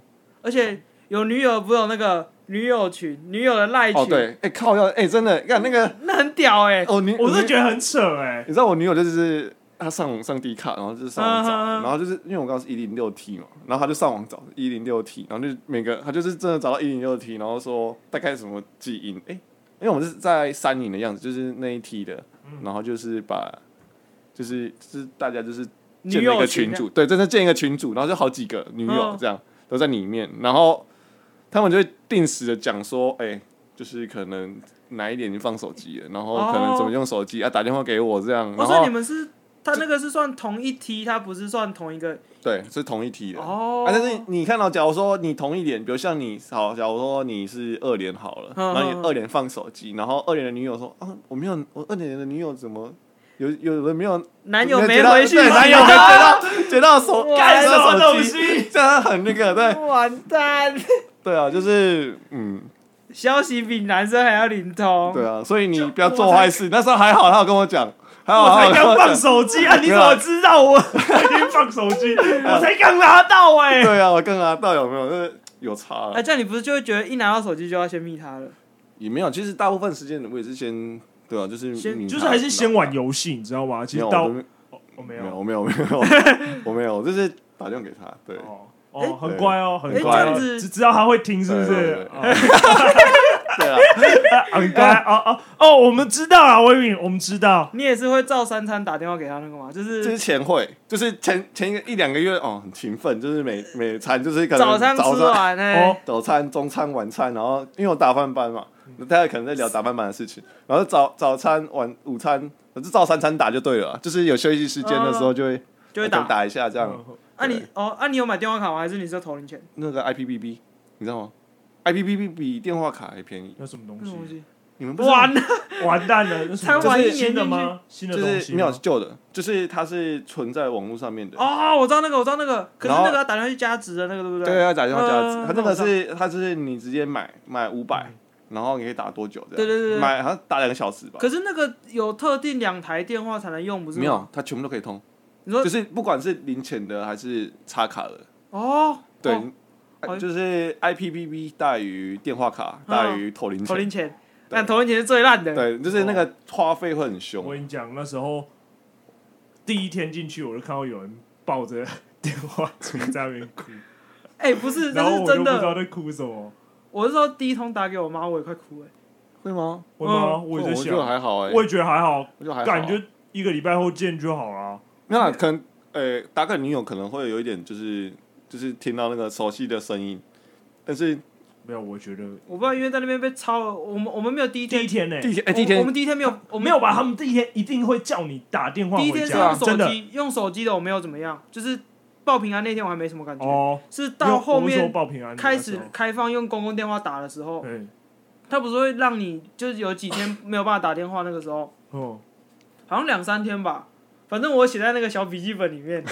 [SPEAKER 2] 而且有女友不是有那个女友群，女友的赖群，
[SPEAKER 3] 哦，对，哎、靠要，哎、真的，看那个，
[SPEAKER 2] 那很屌哎、
[SPEAKER 3] 哦，你，
[SPEAKER 1] 我是
[SPEAKER 3] 你
[SPEAKER 1] 觉得很扯哎，
[SPEAKER 3] 你知道我女友就是她上网上 D 卡，然后就是上网找，
[SPEAKER 2] 嗯嗯嗯
[SPEAKER 3] 然后就是因为我刚刚是一零六 T 嘛，然后她就上网找一零六 T，然后就是每个她就是真的找到一零六 T，然后说大概什么基因，哎、因为我们是在三营的样子，就是那一 T 的，
[SPEAKER 2] 嗯
[SPEAKER 3] 然后就是把就是就是大家就是建
[SPEAKER 2] 女
[SPEAKER 3] 了一
[SPEAKER 2] 友
[SPEAKER 3] 个群
[SPEAKER 2] 啊
[SPEAKER 3] 主，对，真的建一个群主，然后就好几个女友
[SPEAKER 2] 嗯
[SPEAKER 3] 这样、都在里面，然后他们就会定时的讲说，哎、就是可能哪一点你放手机了，然后可能怎么用手机、啊，打电话给我这样，
[SPEAKER 2] 哦，
[SPEAKER 3] 然
[SPEAKER 2] 所以
[SPEAKER 3] 后
[SPEAKER 2] 你们是他那个是算同一梯，他不是算同一个
[SPEAKER 3] 对，是同一梯的。
[SPEAKER 2] 哦。
[SPEAKER 3] 啊，但是你看到、假如说你同一连，比如像你好，假如说你是二连好了，
[SPEAKER 2] 嗯
[SPEAKER 3] 然后你
[SPEAKER 2] 嗯
[SPEAKER 3] 二连放手机，然后二连的女友说啊，我没有，我二连的女友怎么有有人没有
[SPEAKER 2] 男友
[SPEAKER 3] 没
[SPEAKER 2] 没
[SPEAKER 3] 有接到
[SPEAKER 2] 回去，
[SPEAKER 3] 对男友没接到接到手
[SPEAKER 2] 哇
[SPEAKER 1] 干什么
[SPEAKER 3] 手
[SPEAKER 1] 东
[SPEAKER 3] 机，
[SPEAKER 1] 西？
[SPEAKER 3] 这样很那个，对
[SPEAKER 2] 完蛋，
[SPEAKER 3] 对啊，就是嗯，
[SPEAKER 2] 消息比男生还要灵通。
[SPEAKER 3] 对啊，所以你不要做坏事。那时候还好，他有跟我讲，还好
[SPEAKER 1] 我
[SPEAKER 3] 他
[SPEAKER 1] 才
[SPEAKER 3] 有跟
[SPEAKER 1] 刚
[SPEAKER 3] 我
[SPEAKER 1] 放
[SPEAKER 3] 讲。
[SPEAKER 1] 手机啊！你怎么知 道我已经放手机？
[SPEAKER 3] 嗯
[SPEAKER 1] 我才刚拿到哎、
[SPEAKER 3] 对啊，我跟阿道有没有？就是有差啊
[SPEAKER 2] 啊，这样你不是就会觉得一拿到手机就要先密他了？
[SPEAKER 3] 也没有，其实大部分时间我也是先，对啊，就是
[SPEAKER 2] 先
[SPEAKER 3] 你
[SPEAKER 1] 就是还是先玩
[SPEAKER 3] 玩。
[SPEAKER 1] 游戏，你知道吗？其实
[SPEAKER 3] 没有，
[SPEAKER 1] 到
[SPEAKER 3] 我没
[SPEAKER 1] 我没
[SPEAKER 3] 有，
[SPEAKER 1] 有
[SPEAKER 3] 我没有，我没有，我没有，我就是打电话给他。对，
[SPEAKER 1] 哦
[SPEAKER 2] 哎
[SPEAKER 1] 哦，很乖哦，很
[SPEAKER 3] 哎
[SPEAKER 1] 乖
[SPEAKER 3] 这
[SPEAKER 1] 哦，
[SPEAKER 2] 样子
[SPEAKER 1] 只知道他会听是不
[SPEAKER 3] 对
[SPEAKER 1] 是
[SPEAKER 3] 对？
[SPEAKER 1] 哦
[SPEAKER 3] 对啊，
[SPEAKER 1] 很乖哦哦哦，我们知道啊，我以为我们知道。
[SPEAKER 2] 你也是会照三餐打电话给他那个吗？就是
[SPEAKER 3] 之前会，就是前前一个一两个月哦，很勤奋，就是每每餐就是可能
[SPEAKER 2] 早餐吃完哎
[SPEAKER 1] 哦
[SPEAKER 2] 呢，
[SPEAKER 3] 早餐、中餐、晚餐，然后因为我打饭班嘛，大家可能在聊打饭班的事情，然后早早餐、晚午餐，我就照三餐打就对了啊，就是有休息时间的时候就会、
[SPEAKER 2] 哦就会
[SPEAKER 3] 可能
[SPEAKER 2] 打。
[SPEAKER 3] 打一下这样。
[SPEAKER 1] 嗯
[SPEAKER 2] 啊你哦啊你有买电话卡吗？还是你是投零钱？
[SPEAKER 3] 那个 IPBB 你知道吗？IPBB 比电话卡还便宜，
[SPEAKER 1] 有什么东
[SPEAKER 2] 那什么东
[SPEAKER 1] 西？
[SPEAKER 2] 西？
[SPEAKER 3] 你们不知道
[SPEAKER 2] 完了，
[SPEAKER 1] 完蛋了，那什么
[SPEAKER 2] 才玩一
[SPEAKER 1] 这是
[SPEAKER 2] 年
[SPEAKER 1] 新的吗？新的
[SPEAKER 3] 就
[SPEAKER 1] 东西
[SPEAKER 3] 是
[SPEAKER 1] 吗
[SPEAKER 3] 没有是旧的，就是它是存在网络上面的。
[SPEAKER 2] 哦，我知道那个，我知道那个，可是
[SPEAKER 3] 然后
[SPEAKER 2] 那个要打电话去加值的那个，对不
[SPEAKER 3] 对，啊
[SPEAKER 2] 对？
[SPEAKER 3] 要打电话加值，
[SPEAKER 2] 嗯
[SPEAKER 3] 它那个是它就是你直接买买五百，然后你可以打多久
[SPEAKER 2] 嗯
[SPEAKER 3] 这样？
[SPEAKER 2] 对对对对
[SPEAKER 3] 买好像打两个小时吧。
[SPEAKER 2] 可是那个有特定两台电话才能用，不是吗
[SPEAKER 3] 没有，它全部都可以通。
[SPEAKER 2] 你说
[SPEAKER 3] 就是不管是零钱的还是插卡的，
[SPEAKER 2] 哦，
[SPEAKER 3] 对，
[SPEAKER 2] 哦
[SPEAKER 3] 呃
[SPEAKER 2] 哦
[SPEAKER 3] 就是 IPBB 大于电话卡大于投零
[SPEAKER 2] 投
[SPEAKER 3] 钱，
[SPEAKER 2] 零钱，
[SPEAKER 3] 对
[SPEAKER 2] 但投零钱是最烂的。
[SPEAKER 3] 对，就是那个花费会很
[SPEAKER 1] 我
[SPEAKER 3] 凶。
[SPEAKER 1] 跟你讲，那时候第一天进去，我就看到有人抱着电话机在那边哭，
[SPEAKER 2] 哎、不是，
[SPEAKER 1] 然
[SPEAKER 2] 那
[SPEAKER 1] 后
[SPEAKER 2] 是
[SPEAKER 1] 我就
[SPEAKER 2] 真
[SPEAKER 1] 不知道
[SPEAKER 2] 的。
[SPEAKER 1] 在哭什么。
[SPEAKER 2] 我是说第一通打给我妈，我也快哭了。
[SPEAKER 3] 会吗？
[SPEAKER 1] 我妈，
[SPEAKER 3] 我
[SPEAKER 1] 我也在
[SPEAKER 3] 觉得
[SPEAKER 1] 想，
[SPEAKER 3] 还好哎，
[SPEAKER 1] 我也觉得还好，
[SPEAKER 3] 我觉得还好。
[SPEAKER 1] 感觉一个礼拜后见就好了。
[SPEAKER 3] 没有啦可能，呃，打给女友可能会有一点，就是就是听到那个熟悉的声音，但是
[SPEAKER 1] 没有，我觉得
[SPEAKER 2] 我不知道，因为在那边被抄了，我们我们没有第一
[SPEAKER 1] 第一，
[SPEAKER 2] 天
[SPEAKER 1] 天呢，
[SPEAKER 3] 第一天，
[SPEAKER 2] 我
[SPEAKER 3] 哎，第一
[SPEAKER 2] 我们
[SPEAKER 3] 天
[SPEAKER 2] 第一天没有，我
[SPEAKER 1] 我
[SPEAKER 2] 们
[SPEAKER 1] 没有吧？他们第一天一定会叫你打电话
[SPEAKER 2] 第
[SPEAKER 1] 回
[SPEAKER 2] 一天是
[SPEAKER 1] 家，
[SPEAKER 2] 用
[SPEAKER 1] 真
[SPEAKER 2] 手
[SPEAKER 1] 的
[SPEAKER 2] 机，用手机的我没有怎么样，就是报平安那天我还没什么感觉，
[SPEAKER 1] 哦。
[SPEAKER 2] 是
[SPEAKER 1] 因为
[SPEAKER 2] 到
[SPEAKER 1] 我
[SPEAKER 2] 后
[SPEAKER 1] 不是说
[SPEAKER 2] 面
[SPEAKER 1] 报平安的
[SPEAKER 2] 开
[SPEAKER 1] 那时
[SPEAKER 2] 始哦
[SPEAKER 1] 候
[SPEAKER 2] 开放用公共电话打的时候，
[SPEAKER 1] 对，
[SPEAKER 2] 他不是会让你就是有几天没有办法打电话，那个时候
[SPEAKER 1] 哦，
[SPEAKER 2] 好像两三天吧，反正我写在那个小笔记本里面，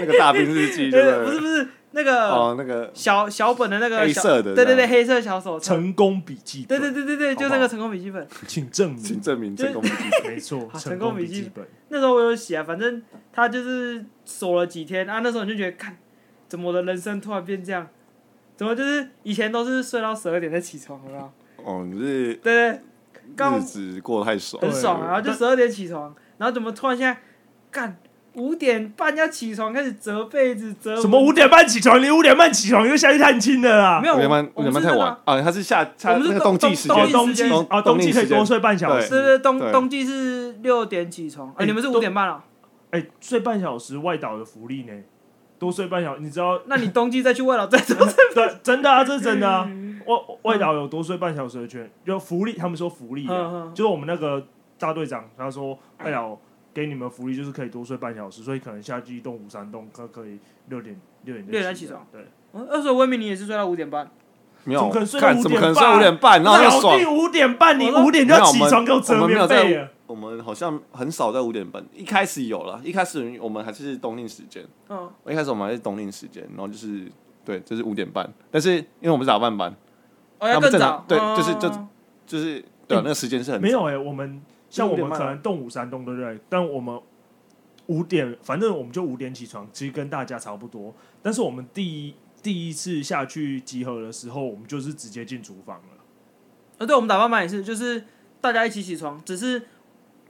[SPEAKER 3] 那个大兵 日记，对
[SPEAKER 2] 呃不
[SPEAKER 3] 不
[SPEAKER 2] 是
[SPEAKER 3] 对？
[SPEAKER 2] 不是那个
[SPEAKER 3] 哦，那个
[SPEAKER 2] 小小本的那个
[SPEAKER 3] 黑
[SPEAKER 2] 小
[SPEAKER 3] 色的
[SPEAKER 2] 对对
[SPEAKER 3] 这
[SPEAKER 2] 对，
[SPEAKER 3] 样
[SPEAKER 2] 黑色小手册，
[SPEAKER 1] 成功笔记
[SPEAKER 2] 哦对
[SPEAKER 1] 本，
[SPEAKER 2] 对对
[SPEAKER 1] 好
[SPEAKER 2] 对对，
[SPEAKER 1] 不好
[SPEAKER 2] 就那个成功笔记本。
[SPEAKER 1] 请证
[SPEAKER 3] 请
[SPEAKER 1] 明，
[SPEAKER 3] 证明成功笔记。
[SPEAKER 1] 没错，成
[SPEAKER 2] 好啊成
[SPEAKER 1] 功
[SPEAKER 2] 功
[SPEAKER 1] 笔
[SPEAKER 2] 笔
[SPEAKER 1] 记
[SPEAKER 2] 记
[SPEAKER 1] 本，
[SPEAKER 2] 那时候我有写啊，反正他就是锁了几天啊，那时候你就觉得，看怎么我的人生突然变这样，怎么就是以前都是睡到十二点再起床，好不好？
[SPEAKER 3] 哦，你是
[SPEAKER 2] 对对，
[SPEAKER 3] 日
[SPEAKER 2] 刚
[SPEAKER 3] 子过得太爽，
[SPEAKER 2] 很爽啊，然后就
[SPEAKER 1] 但
[SPEAKER 2] 十二点起床，然后怎么突然现在干五点半要起床，开始折被子折
[SPEAKER 1] 什么五
[SPEAKER 2] 蚊
[SPEAKER 1] 点半起床？你五点半起床又下去探亲了啊
[SPEAKER 2] 没？有
[SPEAKER 3] 五点半，
[SPEAKER 2] 我
[SPEAKER 3] 五
[SPEAKER 2] 们
[SPEAKER 3] 点半
[SPEAKER 2] 是
[SPEAKER 3] 太
[SPEAKER 2] 那个
[SPEAKER 3] 晚
[SPEAKER 2] 啊
[SPEAKER 3] 啊！它是夏，它
[SPEAKER 2] 我们
[SPEAKER 3] 那
[SPEAKER 2] 是
[SPEAKER 3] 个
[SPEAKER 2] 冬
[SPEAKER 3] 冬季时
[SPEAKER 2] 冬
[SPEAKER 1] 哦，
[SPEAKER 3] 间，
[SPEAKER 1] 冬季
[SPEAKER 2] 时间
[SPEAKER 1] 哦，冬季可以多睡半小
[SPEAKER 2] 对
[SPEAKER 1] 时。
[SPEAKER 2] 对，冬
[SPEAKER 3] 对
[SPEAKER 2] 冬季是六点起床，
[SPEAKER 1] 哎
[SPEAKER 2] 啊，你们是
[SPEAKER 1] 冬
[SPEAKER 2] 五点半啊？
[SPEAKER 1] 哎，睡半小时外岛的福利呢？多睡半小时，你知道？
[SPEAKER 2] 那你冬季再去外劳 再折，
[SPEAKER 1] 对， 真的啊，这是真的啊。外外岛有多睡半小时的券，有福利，他们说福利啊，
[SPEAKER 2] 嗯嗯
[SPEAKER 1] 就是我们那个大队长他说外岛给你们福利就是可以多睡半小时，所以可能夏季一栋五山栋可可以六点六点就
[SPEAKER 2] 六点起
[SPEAKER 1] 了
[SPEAKER 2] 床，
[SPEAKER 1] 对。
[SPEAKER 2] 嗯二水温明你也是睡到五点半，
[SPEAKER 3] 没
[SPEAKER 1] 怎
[SPEAKER 3] 有
[SPEAKER 1] 么可能睡到
[SPEAKER 3] 看，怎么可能睡
[SPEAKER 1] 5:30
[SPEAKER 3] 五点半？然后
[SPEAKER 1] 老
[SPEAKER 3] 就爽
[SPEAKER 1] 弟。五点半，你
[SPEAKER 2] 我说
[SPEAKER 1] 五点就要起床给我折棉被了。
[SPEAKER 3] 我们好像很少在五点半，一开始有了，一开始我们还是冬令时间，
[SPEAKER 2] 嗯，
[SPEAKER 3] 一开始我们还是冬令时间，然后就是对，就是五点半，但是因为我们是打半班，
[SPEAKER 2] 哦要
[SPEAKER 3] 那不
[SPEAKER 2] 更
[SPEAKER 3] 正
[SPEAKER 2] 早
[SPEAKER 3] 常，对
[SPEAKER 2] 嗯
[SPEAKER 3] 就是就就是对啊、
[SPEAKER 1] 嗯
[SPEAKER 3] 那个时间是很
[SPEAKER 1] 没有哎、我们像我
[SPEAKER 3] 5点
[SPEAKER 1] 们
[SPEAKER 3] 半啊
[SPEAKER 1] 可能动五山动对不对？但我们五点，反正我们就五点起床，其实跟大家差不多。但是我们第一第一次下去集合的时候，我们就是直接进厨房了。
[SPEAKER 2] 呃，对，我们打饭班也是，就是大家一起起床，只是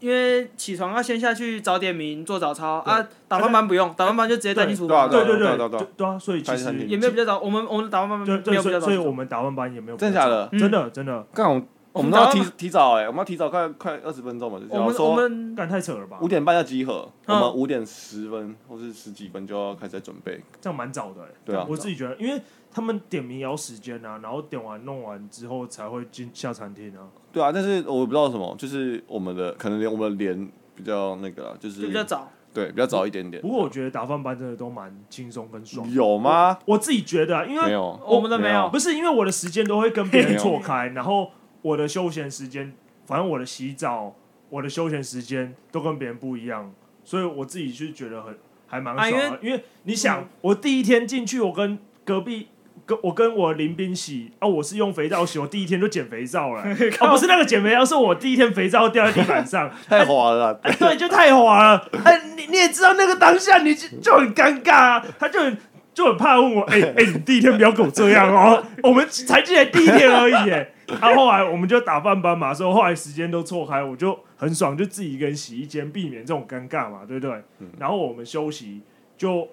[SPEAKER 2] 因为起床要先下去找点名、做早操
[SPEAKER 1] 对
[SPEAKER 2] 啊，打饭班不用，打饭班就直接带进厨房，
[SPEAKER 3] 哎对啊
[SPEAKER 1] 对
[SPEAKER 3] 对啊
[SPEAKER 1] 对
[SPEAKER 3] 对啊对啊
[SPEAKER 1] 对啊！所以其
[SPEAKER 3] 餐
[SPEAKER 1] 实
[SPEAKER 3] 厅
[SPEAKER 2] 也没有比较早，我们我们的打饭班
[SPEAKER 1] 对
[SPEAKER 2] 没
[SPEAKER 1] 对，
[SPEAKER 2] 有比
[SPEAKER 1] 所
[SPEAKER 2] 较
[SPEAKER 1] 以
[SPEAKER 2] 早
[SPEAKER 1] 所以，我们打完班也没有比较
[SPEAKER 3] 真的假
[SPEAKER 1] 早
[SPEAKER 3] 的？
[SPEAKER 2] 嗯
[SPEAKER 1] 真的真的，
[SPEAKER 3] 干我我
[SPEAKER 2] 我
[SPEAKER 3] 们
[SPEAKER 2] 们
[SPEAKER 3] 都要
[SPEAKER 2] 打
[SPEAKER 3] 提
[SPEAKER 2] 扮
[SPEAKER 3] 提早哎、我们要提早快快二十分钟嘛，就是
[SPEAKER 2] 我
[SPEAKER 3] 要
[SPEAKER 2] 们我
[SPEAKER 3] 说
[SPEAKER 2] 们
[SPEAKER 1] 干太扯了吧
[SPEAKER 3] 五？点半要集合，
[SPEAKER 2] 嗯
[SPEAKER 3] 我们五点十分或是十几分就要开始在准备，
[SPEAKER 1] 这样蛮早的、欸。
[SPEAKER 3] 对啊
[SPEAKER 1] 我自己觉得，因为他们点名也要时间啊，然后点完弄完之后才会进下餐厅啊。
[SPEAKER 3] 对啊，但是我不知道什么，就是我们的可能连我们连比较那个啦，就是
[SPEAKER 2] 就比较早，
[SPEAKER 3] 对，比较早一点点。
[SPEAKER 1] 不过我觉得打饭班真的都蛮轻松跟爽的，
[SPEAKER 3] 有吗？
[SPEAKER 1] 我自己觉得、啊，因
[SPEAKER 3] 没
[SPEAKER 1] 为
[SPEAKER 3] 有，
[SPEAKER 2] 哦我们的没
[SPEAKER 3] 哦没
[SPEAKER 2] 有
[SPEAKER 3] 有，
[SPEAKER 1] 不是因为我的时间都会跟别
[SPEAKER 3] 没
[SPEAKER 1] 人
[SPEAKER 3] 有
[SPEAKER 1] 错开，然后我的休闲时间，反正我的洗澡、我的休闲时间都跟别人不一样，所以我自己是觉得很还蛮爽的、
[SPEAKER 2] 啊
[SPEAKER 1] 因为你想，我第一天进去，我跟隔壁。跟我跟我林斌洗啊，我是用肥皂洗，我第一天就捡肥皂了、哦，不是那个捡肥皂，是我第一天肥皂掉在地板上，
[SPEAKER 3] 太滑了啦。
[SPEAKER 1] 哎，对，就太滑了。哎，你你也知道那个当下你就就很尴尬啊，他就很就很怕问我，哎、哎、你第一天不要跟我这样哦，我们才进来第一天而已耶。啊，后来我们就打饭班嘛，所以后来时间都错开，我就很爽，就自己一个人洗一间，避免这种尴尬嘛，对不对？然后我们休息就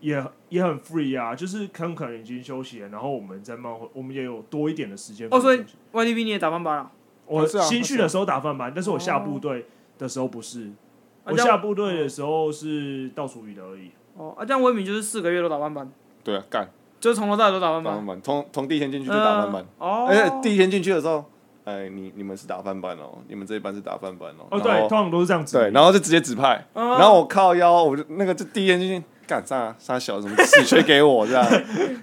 [SPEAKER 1] 也也很 free 啊，就是可可能已经休息了，然后我们再慢回，我们也有多一点的时间。
[SPEAKER 2] 哦，所以 YTV 你也打扮班了，
[SPEAKER 1] 我
[SPEAKER 3] 是啊
[SPEAKER 1] 新训
[SPEAKER 3] 是啊
[SPEAKER 1] 的时候打饭班，但是我下部队的时候不是。
[SPEAKER 2] 哦啊
[SPEAKER 1] 我
[SPEAKER 2] 这样
[SPEAKER 1] 下部队的时候是倒数雨的而已。
[SPEAKER 2] 哦，啊，这样威敏就是四个月都打扮班，哦
[SPEAKER 3] 对啊，干
[SPEAKER 2] 就是从头到尾都打扮
[SPEAKER 3] 打
[SPEAKER 2] 班
[SPEAKER 3] 翻，板，从从第一天进去就打翻板。
[SPEAKER 1] 嗯
[SPEAKER 2] 呃哦，
[SPEAKER 3] 而且第一天进去的时候，哎，你你们是打翻班哦，你们这一班是打翻班哦。
[SPEAKER 1] 哦，
[SPEAKER 3] 然
[SPEAKER 1] 对，
[SPEAKER 3] 后
[SPEAKER 1] 通常都是这样子。
[SPEAKER 3] 对，然后就直接指派，
[SPEAKER 2] 嗯
[SPEAKER 3] 然后我靠腰，我就那个就第一天进去。干啥啥小什么 死缺给我这样，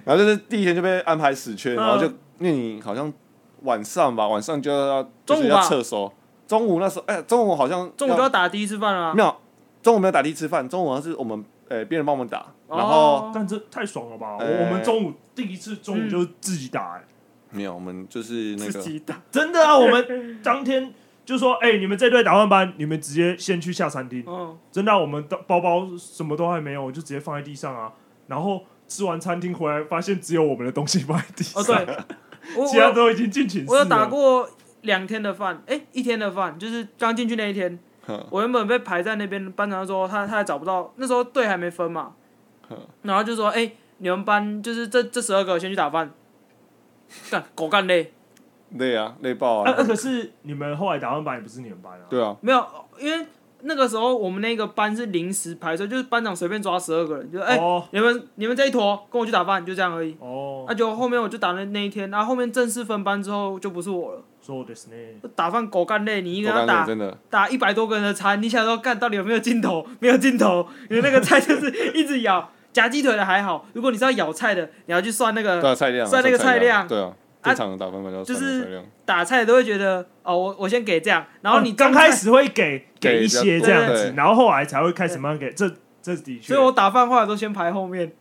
[SPEAKER 3] 然后就是第一天就被安排死缺，然后就
[SPEAKER 2] 嗯
[SPEAKER 3] 那你好像晚上吧，晚上就要就
[SPEAKER 2] 中
[SPEAKER 3] 是
[SPEAKER 2] 午吧
[SPEAKER 3] 要厕所，中午那时候哎，中午好像
[SPEAKER 2] 中午就要打第一次饭了啊，
[SPEAKER 3] 没有，中午没有打的吃饭，中午好像是我们呃别人帮我们打，然后
[SPEAKER 2] 哦
[SPEAKER 1] 但这太爽了吧！我
[SPEAKER 3] 哎
[SPEAKER 1] 我们中午第一次中午就自己打，哎
[SPEAKER 3] 没有我们就是那
[SPEAKER 2] 嗯自
[SPEAKER 3] 个
[SPEAKER 2] 己打，
[SPEAKER 1] 真的啊！我们当天就说：“哎，你们这队打饭班，你们直接先去下餐厅。
[SPEAKER 2] 嗯，”
[SPEAKER 1] 真的啊，我们的包包什么都还没有，我就直接放在地上啊。然后吃完餐厅回来，发现只有我们的东西放在地上，
[SPEAKER 2] 哦 对，我
[SPEAKER 1] 其他
[SPEAKER 2] 我
[SPEAKER 1] 都已经进寝室
[SPEAKER 2] 我有打
[SPEAKER 1] 了。
[SPEAKER 2] 过两天的饭，哎、一天的饭，就是刚进去那一天
[SPEAKER 3] 哼，
[SPEAKER 2] 我原本被排在那边，班长就说他他还找不到，那时候队还没分嘛
[SPEAKER 3] 哼，
[SPEAKER 2] 然后就说哎、你们班就是这这十二个先去打饭，干狗干累，
[SPEAKER 3] 累啊累爆
[SPEAKER 1] 啊，
[SPEAKER 3] 啊
[SPEAKER 1] 啊，可是你们后来打饭班也不是你们班啊？
[SPEAKER 3] 对啊，
[SPEAKER 2] 没有，因为那个时候我们那个班是临时排，所以就是班长随便抓十二个人，就是哎、
[SPEAKER 1] 哦
[SPEAKER 2] 你们你们这一坨跟我去打饭，就这样而已。
[SPEAKER 1] 哦
[SPEAKER 2] 那、，就后面我就打那那一天，然后后面正式分班之后就不是我了，
[SPEAKER 1] そうですね。
[SPEAKER 2] 打饭狗干累，你一个
[SPEAKER 3] 我
[SPEAKER 2] 人要
[SPEAKER 3] 刚
[SPEAKER 2] 打
[SPEAKER 3] 才真的
[SPEAKER 2] 打一百多个人的餐，你想说干到底有没有尽头？没有尽头，你的那个菜就是一直咬。夹鸡腿的还好，如果你是要咬菜的，你要去算那
[SPEAKER 3] 对
[SPEAKER 2] 个
[SPEAKER 3] 啊菜量啊
[SPEAKER 2] 算那个菜量
[SPEAKER 3] 对啊，
[SPEAKER 2] 啊
[SPEAKER 3] 正常的打分班都要
[SPEAKER 2] 就
[SPEAKER 3] 算那
[SPEAKER 2] 是
[SPEAKER 3] 个菜量，
[SPEAKER 2] 打菜的都会觉得哦，我我先给这样，然后你
[SPEAKER 1] 哦刚
[SPEAKER 2] 种菜
[SPEAKER 1] 开，始会给
[SPEAKER 3] 给
[SPEAKER 1] 给一
[SPEAKER 3] 比较
[SPEAKER 1] 些这样
[SPEAKER 3] 对
[SPEAKER 1] 子
[SPEAKER 3] 对，
[SPEAKER 1] 然后后来才会开始慢慢给，这这的确。
[SPEAKER 2] 所以我打饭后来都先排后面。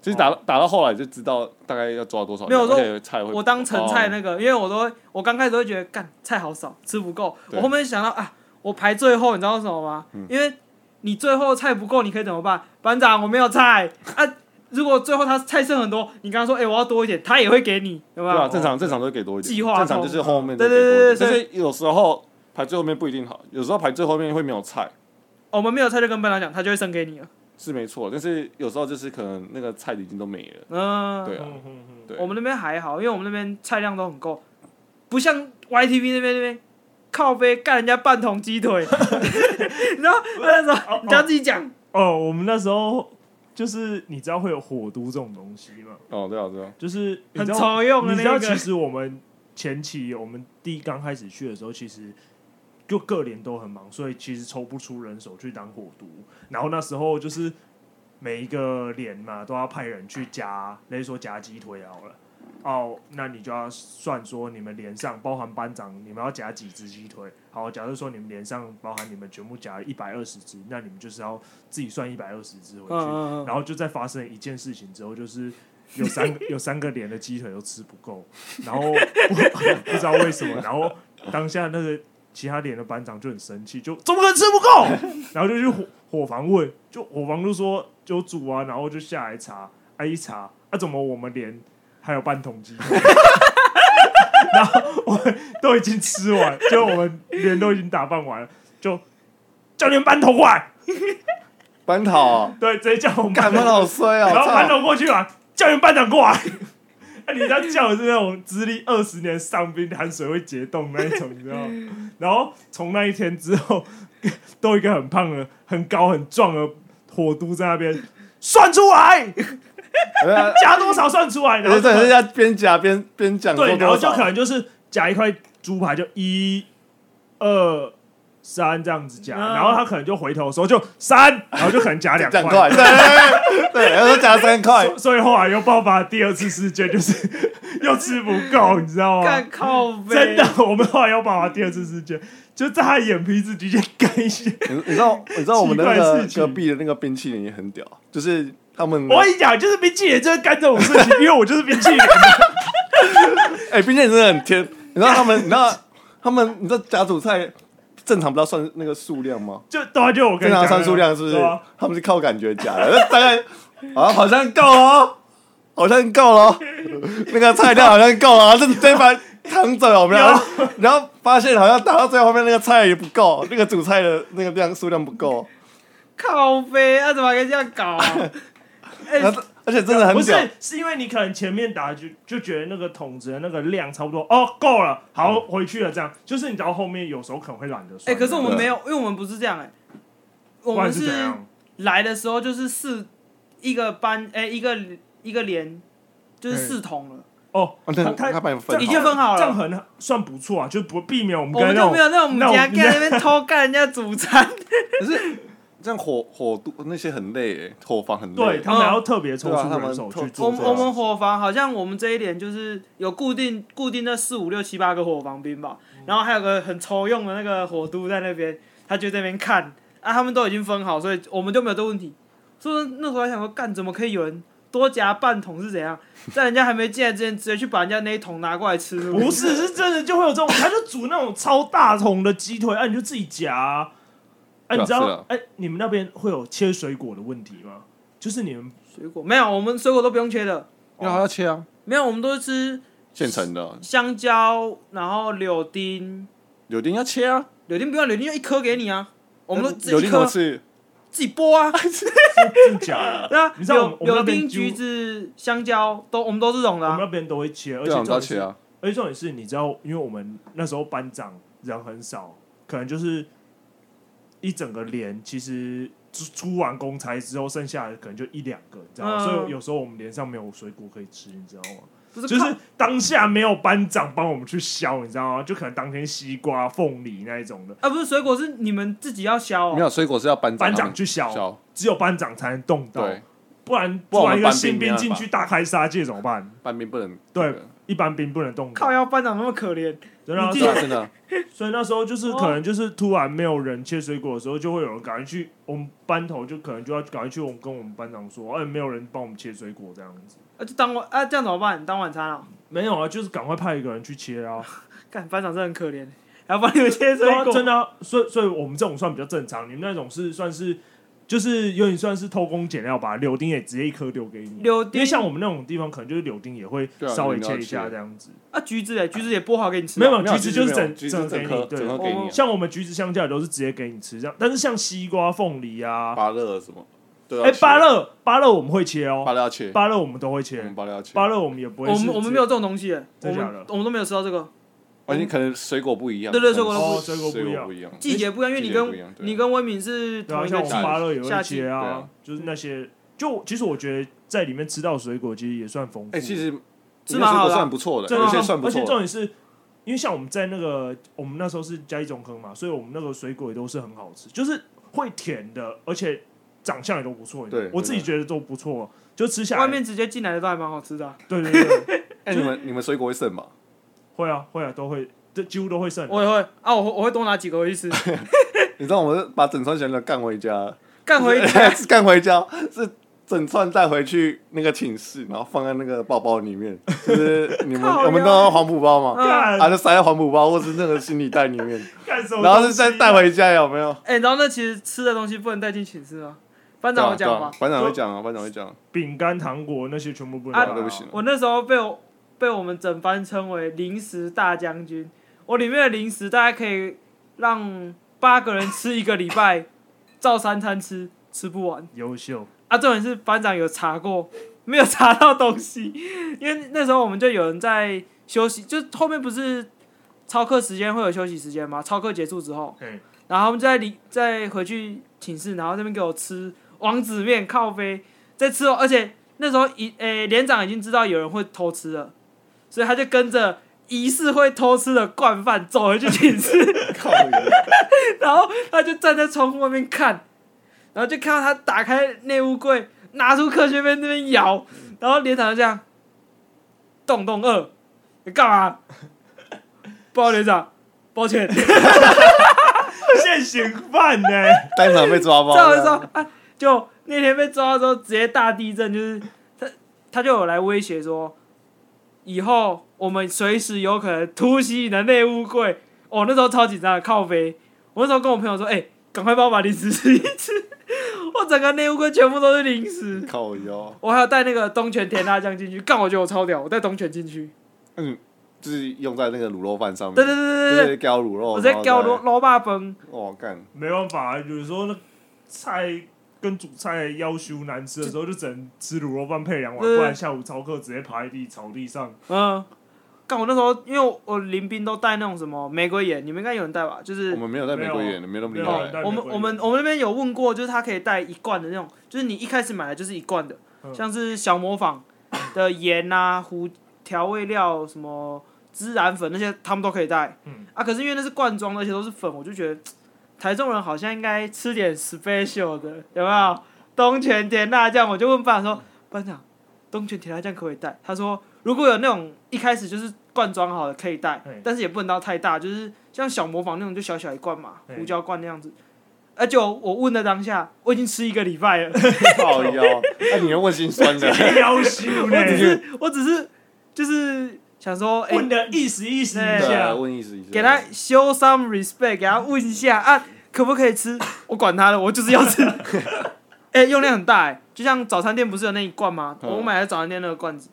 [SPEAKER 3] 其实打到打到后来就知道大概要抓多少量，
[SPEAKER 2] 没有我说
[SPEAKER 3] 而且菜会哦
[SPEAKER 2] 我当成菜那个，因为我都会，我刚开始会觉得干菜好少，吃不够。
[SPEAKER 3] 对嗯
[SPEAKER 2] 我后面想到啊，我排最后，你知道为什么吗？因为你最后菜不够，你可以怎么办？班长，我没有菜啊。如果最后他菜剩很多，你跟他说，哎、我要多一点，他也会给你，有没
[SPEAKER 3] 对啊
[SPEAKER 2] 有？
[SPEAKER 3] 正常正常都会给多一点，
[SPEAKER 2] 计划
[SPEAKER 3] 正常就是后面
[SPEAKER 2] 对
[SPEAKER 3] 都
[SPEAKER 2] 对
[SPEAKER 3] 给多一
[SPEAKER 2] 对
[SPEAKER 3] 点
[SPEAKER 2] 对
[SPEAKER 3] 但是有时候排最后面不一定好，有时候排最后面会没有菜
[SPEAKER 2] 哦我们没有菜就跟班长讲，他就会剩给你了。
[SPEAKER 3] 是没错，但是有时候就是可能那个菜已经都没了，
[SPEAKER 2] 嗯，
[SPEAKER 3] 对啊
[SPEAKER 1] 嗯嗯嗯
[SPEAKER 3] 对，
[SPEAKER 2] 我们那边还好，因为我们那边菜量都很够，不像 YTV 那边那边靠背干人家半桶鸡腿， 然后那时候人家自己讲，
[SPEAKER 1] 哦，我们那时候就是你知道会有火都这种东西吗？
[SPEAKER 3] 哦对啊对啊，
[SPEAKER 1] 就是你
[SPEAKER 2] 很
[SPEAKER 1] 知道
[SPEAKER 2] 常用的
[SPEAKER 1] 你知道，
[SPEAKER 2] 那
[SPEAKER 1] 其
[SPEAKER 2] 个。
[SPEAKER 1] 实我们前期我们第一刚开始去的时候，其实就各连都很忙，所以其实抽不出人手去当火毒。然后那时候就是每一个连嘛，都要派人去夹，类似说夹鸡腿好了。哦，那你就要算说你们连上，包含班长，你们要夹几只鸡腿？好，假如说你们连上包含你们全部夹一百二十只，那你们就是要自己算一百二十只回
[SPEAKER 2] 嗯
[SPEAKER 1] 去。
[SPEAKER 2] 嗯嗯，
[SPEAKER 1] 然后就在发生一件事情之后，就是有三个有三个连的鸡腿都吃不够，然后不不 知道为什么，然后当下那个其他连的班长就很生气，就怎么可能吃不够？然后就去伙伙房问，就伙房就说有煮啊，然后就下来查，啊一查，啊怎么我们连还有半桶鸡 腿？然后我们都已经吃完，就我们连都已经打扮完了，就叫你们班头过来，
[SPEAKER 3] 班 桃啊
[SPEAKER 1] 对，直接叫我们班
[SPEAKER 3] 干
[SPEAKER 1] 头
[SPEAKER 3] 班好衰哦，
[SPEAKER 1] 然后班
[SPEAKER 3] 操
[SPEAKER 1] 头过去嘛，叫你们班长过来。 啊、你知道叫的是那种资历二十年上兵，汗水会结冻那一种，你知道吗？ 然后从那一天之后，都一个很胖的、很高、很壮的火都在那边算出来，
[SPEAKER 3] 对啊
[SPEAKER 1] 加多少算 出来，然后
[SPEAKER 3] 对对，人
[SPEAKER 1] 对
[SPEAKER 3] 家边夹边边讲说
[SPEAKER 1] 对，然后
[SPEAKER 3] 多
[SPEAKER 1] 就可
[SPEAKER 3] 少，
[SPEAKER 1] 能就是夹一块猪排就一、二、三这样子夹，
[SPEAKER 2] 嗯
[SPEAKER 1] 然后他可能就回头的时候就三，然后就可能夹两
[SPEAKER 3] 两块，对对对对，然后加三块，
[SPEAKER 1] 所所以后来又爆发第二次事件，就是又吃不够，你知道吗？
[SPEAKER 2] 干靠背，
[SPEAKER 1] 真的，我们后来又爆发第二次事件，就在他眼皮子底下干一些。
[SPEAKER 3] 你你知道你知道我们的那
[SPEAKER 1] 奇怪
[SPEAKER 3] 个
[SPEAKER 1] 事情
[SPEAKER 3] 隔壁的那个冰淇淋也很屌，就是他们
[SPEAKER 1] 我跟你讲，就是冰淇淋就是干这种事情，因为我就是冰淇淋。
[SPEAKER 3] 哎、冰淇淋真的很甜，你知道他们你知道他们你知道夹主菜正常不要算那个数量吗？
[SPEAKER 1] 就对啊，就我跟
[SPEAKER 3] 正
[SPEAKER 1] 你
[SPEAKER 3] 常
[SPEAKER 1] 讲，
[SPEAKER 3] 算数量是不是
[SPEAKER 1] 对啊？
[SPEAKER 3] 他们是靠感觉夹的，那大概啊好像够了哦，好像够了哦，那个菜量好像够了哦，这这把扛走了，我们然后然后发现好像打到最后面那个菜也不够，那个主菜的那个量数量不够，
[SPEAKER 2] 靠背，啊，怎么还可以这样 搞、啊？哎、
[SPEAKER 3] 然后而且真的很
[SPEAKER 1] 不
[SPEAKER 3] 屌，
[SPEAKER 1] 是，是因为你可能前面打就就觉得那个桶子的那个量差不多，哦，够了，好回去了，这样。就是你到后面有时候可能会懒得算。
[SPEAKER 2] 哎、可是我们
[SPEAKER 3] 对
[SPEAKER 2] 没有，因为我们不是这样哎、我
[SPEAKER 1] 不然
[SPEAKER 2] 们
[SPEAKER 1] 是
[SPEAKER 2] 是
[SPEAKER 1] 怎样？
[SPEAKER 2] 来的时候就是四一个班，哎、一个一个连就是四桶了，
[SPEAKER 1] 哦，
[SPEAKER 3] 啊对
[SPEAKER 1] 他
[SPEAKER 3] 他把你
[SPEAKER 1] 这
[SPEAKER 3] 分
[SPEAKER 1] 样
[SPEAKER 2] 已经分好了
[SPEAKER 1] 这样很算不错啊，就不避免我们
[SPEAKER 2] 我
[SPEAKER 1] 跟
[SPEAKER 2] 们
[SPEAKER 1] 那
[SPEAKER 2] 就
[SPEAKER 1] 种
[SPEAKER 2] 没有那种
[SPEAKER 1] 那种
[SPEAKER 2] 家干在那边偷干人家主餐，
[SPEAKER 3] 可是这样火火度那些很累欸，火房很累
[SPEAKER 1] 对
[SPEAKER 2] 嗯
[SPEAKER 3] 欸，
[SPEAKER 1] 他们还要特别抽
[SPEAKER 3] 对啊
[SPEAKER 1] 出
[SPEAKER 3] 他们
[SPEAKER 1] 人手去
[SPEAKER 3] 抽
[SPEAKER 1] 做
[SPEAKER 2] 我
[SPEAKER 1] 这
[SPEAKER 2] 们
[SPEAKER 1] 个
[SPEAKER 2] 我们伙房好像我们这一点就是有固定固定那四五六七八个伙房兵吧，
[SPEAKER 1] 嗯
[SPEAKER 2] 然后还有个很抽用的那个火都在那边，他就在那边看啊，他们都已经分好，所以我们就没有这问题。所以那时候还想说，干怎么可以有人多夹半桶是怎 样？在人家还没进来之前，直接去把人家那一桶拿过来吃？
[SPEAKER 1] 不是，是真的就会有这种，他就煮那种超大桶的鸡腿，啊，你就自己夹、啊。哎、
[SPEAKER 3] 对啊
[SPEAKER 1] 你知道
[SPEAKER 3] 是啊，
[SPEAKER 1] 哎、你们那边会有切水果的问题吗？就是你们
[SPEAKER 2] 水果没有，我们水果都不用切的，
[SPEAKER 3] 因为他要切啊，
[SPEAKER 2] 没有，我们都是吃
[SPEAKER 3] 现成的，
[SPEAKER 2] 香蕉，然后柳丁，
[SPEAKER 3] 柳丁要切啊，
[SPEAKER 2] 柳丁不要，柳丁就一颗给你啊，我们都自
[SPEAKER 3] 柳
[SPEAKER 2] 己
[SPEAKER 3] 丁怎么
[SPEAKER 2] 颗
[SPEAKER 3] 吃？
[SPEAKER 2] 自己 剥啊。
[SPEAKER 1] 自己夹的，
[SPEAKER 2] 对啊，
[SPEAKER 1] 你知道我们
[SPEAKER 2] 柳
[SPEAKER 1] 我们那
[SPEAKER 2] 柳
[SPEAKER 1] 边
[SPEAKER 2] 丁、
[SPEAKER 1] 几乎
[SPEAKER 2] 橘子、香蕉都我们都是这种的
[SPEAKER 1] 我们
[SPEAKER 2] 啊、
[SPEAKER 1] 那边都会切，而
[SPEAKER 3] 对
[SPEAKER 1] 且重
[SPEAKER 3] 啊，我们都要
[SPEAKER 1] 点
[SPEAKER 3] 切
[SPEAKER 1] 是，
[SPEAKER 3] 啊，
[SPEAKER 1] 而且重点是，你知道，因为我们那时候班长人很少，可能就是一整个连，其实出出完公差之后，剩下的可能就一两个，你知道吗？
[SPEAKER 2] 嗯
[SPEAKER 1] 所以有时候我们连上没有水果可以吃，你知道吗？
[SPEAKER 2] 不是
[SPEAKER 1] 就
[SPEAKER 2] 靠
[SPEAKER 1] 是当下没有班长帮我们去削，你知道吗？就可能当天西瓜、凤梨那一种的，
[SPEAKER 2] 啊，不是水果是你们自己要削、
[SPEAKER 3] 没
[SPEAKER 2] 哦，
[SPEAKER 3] 有水果是要班长
[SPEAKER 1] 班
[SPEAKER 3] 他
[SPEAKER 1] 长
[SPEAKER 3] 们
[SPEAKER 1] 去削，哦
[SPEAKER 3] 削，
[SPEAKER 1] 只有班长才能动到，
[SPEAKER 3] 对，
[SPEAKER 1] 不然
[SPEAKER 3] 不然
[SPEAKER 1] 突
[SPEAKER 3] 我
[SPEAKER 1] 然
[SPEAKER 3] 们
[SPEAKER 1] 一个
[SPEAKER 3] 班兵
[SPEAKER 1] 新
[SPEAKER 3] 没
[SPEAKER 1] 兵
[SPEAKER 3] 办
[SPEAKER 1] 进去大开杀戒怎么办？
[SPEAKER 3] 班兵不能
[SPEAKER 1] 对
[SPEAKER 3] 那个
[SPEAKER 1] 一般兵不能动
[SPEAKER 2] 靠
[SPEAKER 1] 到，
[SPEAKER 2] 腰班长那么可怜，
[SPEAKER 1] 真的啊
[SPEAKER 2] 你
[SPEAKER 1] 所
[SPEAKER 3] 对
[SPEAKER 1] 以
[SPEAKER 3] 啊，真的，
[SPEAKER 1] 所以那时候就是
[SPEAKER 2] 哦
[SPEAKER 1] 可能就是突然没有人切水果的时候，就会有人赶快去我们班头，就可能就要赶快去我们跟我们班长说，哎，没有人帮我们切水果这样子。
[SPEAKER 2] 啊就当晚啊这样怎么办？当晚餐啊、
[SPEAKER 1] 没有啊，就是赶快派一个人去切 啊！
[SPEAKER 2] 干班长真的很可怜，还要帮你们切水
[SPEAKER 1] 对啊，
[SPEAKER 2] 果，
[SPEAKER 1] 真的、啊，所以所以我们这种算比较正常，你们那种是算是就是有点算是偷工减料吧，柳丁也直接一颗丢给你，
[SPEAKER 2] 柳
[SPEAKER 1] 因
[SPEAKER 2] 丁
[SPEAKER 1] 为像我们那种地方可能就是柳丁也会
[SPEAKER 3] 对啊
[SPEAKER 1] 稍微
[SPEAKER 3] 柳丁
[SPEAKER 1] 切一
[SPEAKER 3] 要
[SPEAKER 1] 下
[SPEAKER 3] 切
[SPEAKER 1] 这样子，
[SPEAKER 2] 啊橘子哎，橘子也剥好给你吃、
[SPEAKER 1] 没有
[SPEAKER 2] 啊，
[SPEAKER 1] 橘子哦就是
[SPEAKER 3] 没有
[SPEAKER 1] 整
[SPEAKER 3] 橘子
[SPEAKER 1] 整
[SPEAKER 3] 整
[SPEAKER 1] 给
[SPEAKER 3] 颗
[SPEAKER 1] 你对
[SPEAKER 3] 整颗给你啊，
[SPEAKER 1] 像我们橘子、香蕉也都是直接给你吃这样，但是像西瓜、凤梨啊，
[SPEAKER 3] 芭乐什么？对啊，
[SPEAKER 1] 哎、
[SPEAKER 3] 切
[SPEAKER 1] 芭乐芭乐我们会切哦
[SPEAKER 3] 芭，乐要切，
[SPEAKER 1] 芭乐我们都会
[SPEAKER 3] 我
[SPEAKER 1] 切
[SPEAKER 3] 们，芭乐要嗯切，
[SPEAKER 1] 芭乐我们也不会
[SPEAKER 2] 我
[SPEAKER 1] 是直接，
[SPEAKER 2] 们我们没有这种东西哎，我
[SPEAKER 1] 真假的
[SPEAKER 2] 们我们都没有吃到这个，
[SPEAKER 3] 而哦且可能水果不一样，
[SPEAKER 2] 对对
[SPEAKER 3] 可能
[SPEAKER 2] 水果
[SPEAKER 1] 都不水果不一样
[SPEAKER 3] 不一样，
[SPEAKER 2] 季节不一样，因为你
[SPEAKER 3] 季节不一样
[SPEAKER 2] 跟
[SPEAKER 3] 对
[SPEAKER 2] 你跟威敏是
[SPEAKER 1] 对啊，
[SPEAKER 2] 同一
[SPEAKER 1] 像
[SPEAKER 2] 个
[SPEAKER 1] 我
[SPEAKER 2] 季
[SPEAKER 1] 们，芭乐也会
[SPEAKER 2] 夏季
[SPEAKER 1] 切啊，
[SPEAKER 3] 对啊
[SPEAKER 1] 就是那些，就其实我觉得在里面吃到水果其实也算丰富。
[SPEAKER 3] 哎，其实
[SPEAKER 2] 是蛮好的啊
[SPEAKER 3] 有些水果算不错的，
[SPEAKER 1] 真的
[SPEAKER 3] 有
[SPEAKER 1] 吗
[SPEAKER 3] 些算不
[SPEAKER 1] 而且重
[SPEAKER 3] 错，
[SPEAKER 1] 点是，因为像我们在那个我们那时候是嘉义中坑嘛，所以我们那个水果也都是很好吃，就是会甜的，而且长相也都不错。
[SPEAKER 3] 对
[SPEAKER 1] 我自己觉得都不错，就吃下来。
[SPEAKER 2] 外面直接进来的都还蛮好吃的啊、
[SPEAKER 1] 对对对，
[SPEAKER 3] 哎，你们你们水果会剩吧？
[SPEAKER 1] 会啊会啊都会，这几乎都会剩。
[SPEAKER 2] 我也会啊，我会我会多拿几个回去吃，
[SPEAKER 3] 你知道我们把整串全都干回家，
[SPEAKER 2] 干回去
[SPEAKER 3] 干回家是。整串带回去那个寝室，然后放在那个包包里面，就是你们
[SPEAKER 2] 靠腰
[SPEAKER 3] 我们都要黄浦包嘛，
[SPEAKER 2] 嗯
[SPEAKER 1] 干
[SPEAKER 3] 啊，就塞在黄浦包或是那个行李袋里面，
[SPEAKER 1] 干什么东西啊？
[SPEAKER 3] 然后是再带回家，有没有？
[SPEAKER 2] 哎、然后那其实吃的东西不能带进寝室吗？班长有
[SPEAKER 3] 对
[SPEAKER 2] 讲
[SPEAKER 3] 啊对啊
[SPEAKER 2] 吗？
[SPEAKER 3] 班长会讲啊，班长会 讲，
[SPEAKER 1] 饼干、糖果那些全部不能
[SPEAKER 2] 啊
[SPEAKER 1] 带
[SPEAKER 3] 对不起
[SPEAKER 2] 我那时候被我被我们整班称为零食大将军，我里面的零食大概可以让八个人吃一个礼拜，照三餐吃，吃不完。
[SPEAKER 1] 优秀，
[SPEAKER 2] 啊，重点是班长有查过，没有查到东西，因为那时候我们就有人在休息，就后面不是超课时间会有休息时间吗？超课结束之后
[SPEAKER 3] 哎
[SPEAKER 1] 对，
[SPEAKER 2] 然后他们就在里再回去寝室，然后那边给我吃王子面靠杯，在吃哦，而且那时候一诶连长已经知道有人会偷吃了，所以他就跟着疑似会偷吃的惯犯走回去寝室，
[SPEAKER 3] 靠呀！
[SPEAKER 2] 然后他就站在窗户外面看，然后就看到他打开内务柜，拿出科学面那边咬，然后连长就这样，洞洞二，你干嘛？报告连长，抱歉，
[SPEAKER 1] 现行犯呢、
[SPEAKER 3] 当场被抓包。
[SPEAKER 2] 赵文说啊，就那天被抓的时候，直接大地震，就是他他就有来威胁说，以后我们随时有可能突袭你的内务柜。哦，那时候超紧张的，靠飞。我那时候跟我朋友说，哎、赶快帮我把零食吃一吃， 我整个内务柜全部都是零食。
[SPEAKER 3] 靠腰，
[SPEAKER 2] 我还有带那个东泉甜辣酱进去，干，我觉得我超屌，我带东泉进去。
[SPEAKER 3] 嗯，就是用在那个卤肉饭上面。
[SPEAKER 2] 对对对对
[SPEAKER 3] 就
[SPEAKER 2] 对对，
[SPEAKER 3] 是浇卤肉，
[SPEAKER 2] 我直接搞罗罗霸崩。
[SPEAKER 3] 哦干，
[SPEAKER 1] 没办法、有时候那菜跟煮菜要求难吃的时候，就只能吃卤肉饭配两碗，
[SPEAKER 2] 对
[SPEAKER 1] 不然下午操课直接趴在地草地上。
[SPEAKER 2] 嗯，干我那时候因为我我临兵都带那种什么玫瑰盐，你们应该有人带吧？就是
[SPEAKER 3] 我们没有在玫瑰园，没有那么厉害。
[SPEAKER 1] 对
[SPEAKER 2] 哦我
[SPEAKER 1] 没
[SPEAKER 2] 们
[SPEAKER 1] 关系
[SPEAKER 2] 我们我们那边有问过，就是他可以带一罐的那种，就是你一开始买的就是一罐的，
[SPEAKER 1] 嗯
[SPEAKER 2] 像是小磨坊的盐啊、胡调味料、什么孜然粉那些，他们都可以带。
[SPEAKER 1] 嗯
[SPEAKER 2] 啊，可是因为那是罐装的，而且都是粉，我就觉得台中人好像应该吃点 special 的，有没有？东泉甜辣酱，我就问班长说，班长，东泉甜辣酱可不可以带？他说如果有那种一开始就是罐装好的可以带
[SPEAKER 1] 嘿，
[SPEAKER 2] 但是也不能到太大，就是像小磨坊那种就小小一罐嘛，
[SPEAKER 1] 嘿
[SPEAKER 2] 胡椒罐那样子。而且我我问的当下，我已经吃一个礼拜了，
[SPEAKER 3] 靠腰， 那你要问心酸的。
[SPEAKER 1] 要求呢
[SPEAKER 2] 我，只是我只是就是想说，哎、
[SPEAKER 1] 问的意思意思一
[SPEAKER 3] 对
[SPEAKER 1] 下
[SPEAKER 3] 啊，。问意思一下。
[SPEAKER 2] 给他 show some respect，给他问一下啊，可不可以吃？我管他的，我就是要吃。 哎、用量很大哎、就像早餐店不是有那一罐吗？
[SPEAKER 3] 嗯
[SPEAKER 2] 我买的早餐店那个罐子，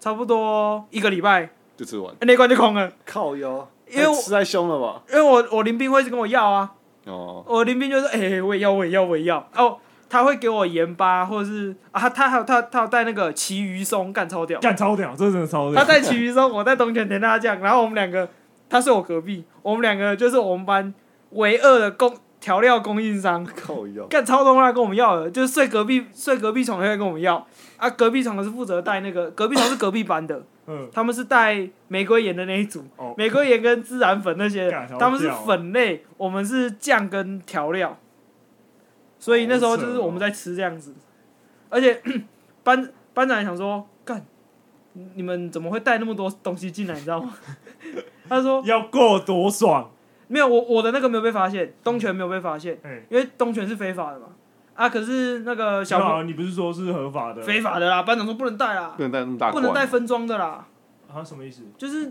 [SPEAKER 2] 差不多一个礼拜，
[SPEAKER 3] 就吃完。
[SPEAKER 2] 那一罐就空了。
[SPEAKER 3] 靠腰，
[SPEAKER 2] 因为我
[SPEAKER 3] 哎吃太凶了吧？
[SPEAKER 2] 因为我我林斌会一直跟我要啊，
[SPEAKER 3] 哦，
[SPEAKER 2] 我林斌就说，哎、我也要，我也要，我也要。哦，他会给我盐巴，或者是啊，他他还有他他有带那个奇鱼松，干超屌。
[SPEAKER 1] 干超屌，这真的超屌！
[SPEAKER 2] 他在其余中，我在东泉甜辣酱，然后我们两个，他睡我隔壁，我们两个就是我们班唯二的供调料供应商，
[SPEAKER 3] 靠腰，
[SPEAKER 2] 干超多人来跟我们要的，就是睡隔壁睡隔壁床的会跟我们要啊，隔壁床的是负责带那个隔壁床是隔壁班的，
[SPEAKER 1] 嗯，
[SPEAKER 2] 他们是带玫瑰盐的那一组
[SPEAKER 1] 哦，
[SPEAKER 2] 玫瑰盐跟孜然粉那些
[SPEAKER 1] 干好，
[SPEAKER 2] 他们是
[SPEAKER 1] 屌啊
[SPEAKER 2] 粉类，我们是酱跟调料，所以那时候就是
[SPEAKER 1] 哦
[SPEAKER 2] 我们在吃这样子，而且 班班长也想说，干，你们怎么会带那么多东西进来，你知道吗？ 他说
[SPEAKER 1] 要够多爽！
[SPEAKER 2] 没有，我我的那个没有被发现，东泉没有被发现，
[SPEAKER 1] 哎，
[SPEAKER 2] 因为东泉是非法的嘛，啊，可是那个小
[SPEAKER 1] 小
[SPEAKER 2] 朋
[SPEAKER 1] 宝，啊你不是说是合法的？
[SPEAKER 2] 非法的啦，班长说不能带啦
[SPEAKER 3] 不，能带那么大
[SPEAKER 2] 不
[SPEAKER 3] 罐，
[SPEAKER 2] 能带分装的啦，
[SPEAKER 1] 啊？什么意思？
[SPEAKER 2] 就是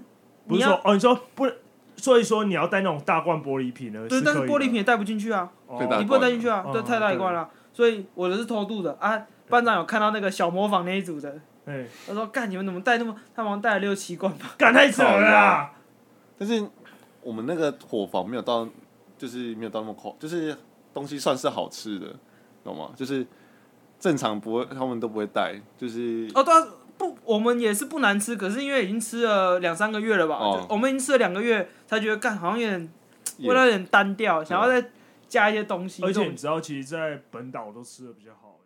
[SPEAKER 1] 不
[SPEAKER 2] 你
[SPEAKER 1] 是
[SPEAKER 2] 要
[SPEAKER 1] 说哦？你说不能，所以说你要带那种大罐玻璃瓶呢？
[SPEAKER 2] 对，但是
[SPEAKER 1] 可以
[SPEAKER 2] 玻
[SPEAKER 1] 的
[SPEAKER 2] 璃瓶也带不进去啊。
[SPEAKER 1] 哦
[SPEAKER 3] 对的
[SPEAKER 2] 你不能带进去啊
[SPEAKER 1] 大，罐
[SPEAKER 2] 对，
[SPEAKER 1] 嗯
[SPEAKER 2] 太大一罐了。所以我的是偷渡的啊。班长有看到那个小模仿那一组的，
[SPEAKER 1] 哎，
[SPEAKER 2] 他说：“干，你们怎么带那么？他好像带了六七罐吧。
[SPEAKER 1] 干太扯了啦！
[SPEAKER 3] 但是我们那个伙房没有到，就是没有到那么夸，就是东西算是好吃的，懂吗？就是正常不会，他们都不会带，就是”
[SPEAKER 2] 哦，对啊，不，我们也是不难吃，可是因为已经吃了两三个月了吧，
[SPEAKER 3] 哦
[SPEAKER 2] 就我们已经吃了两个月，才觉得干好像有点
[SPEAKER 3] 也
[SPEAKER 2] 味道有点单调，想要再加一些东西。
[SPEAKER 1] 而且
[SPEAKER 2] 这
[SPEAKER 1] 你
[SPEAKER 2] 种
[SPEAKER 1] 知道，其实，在本岛都吃的比较好。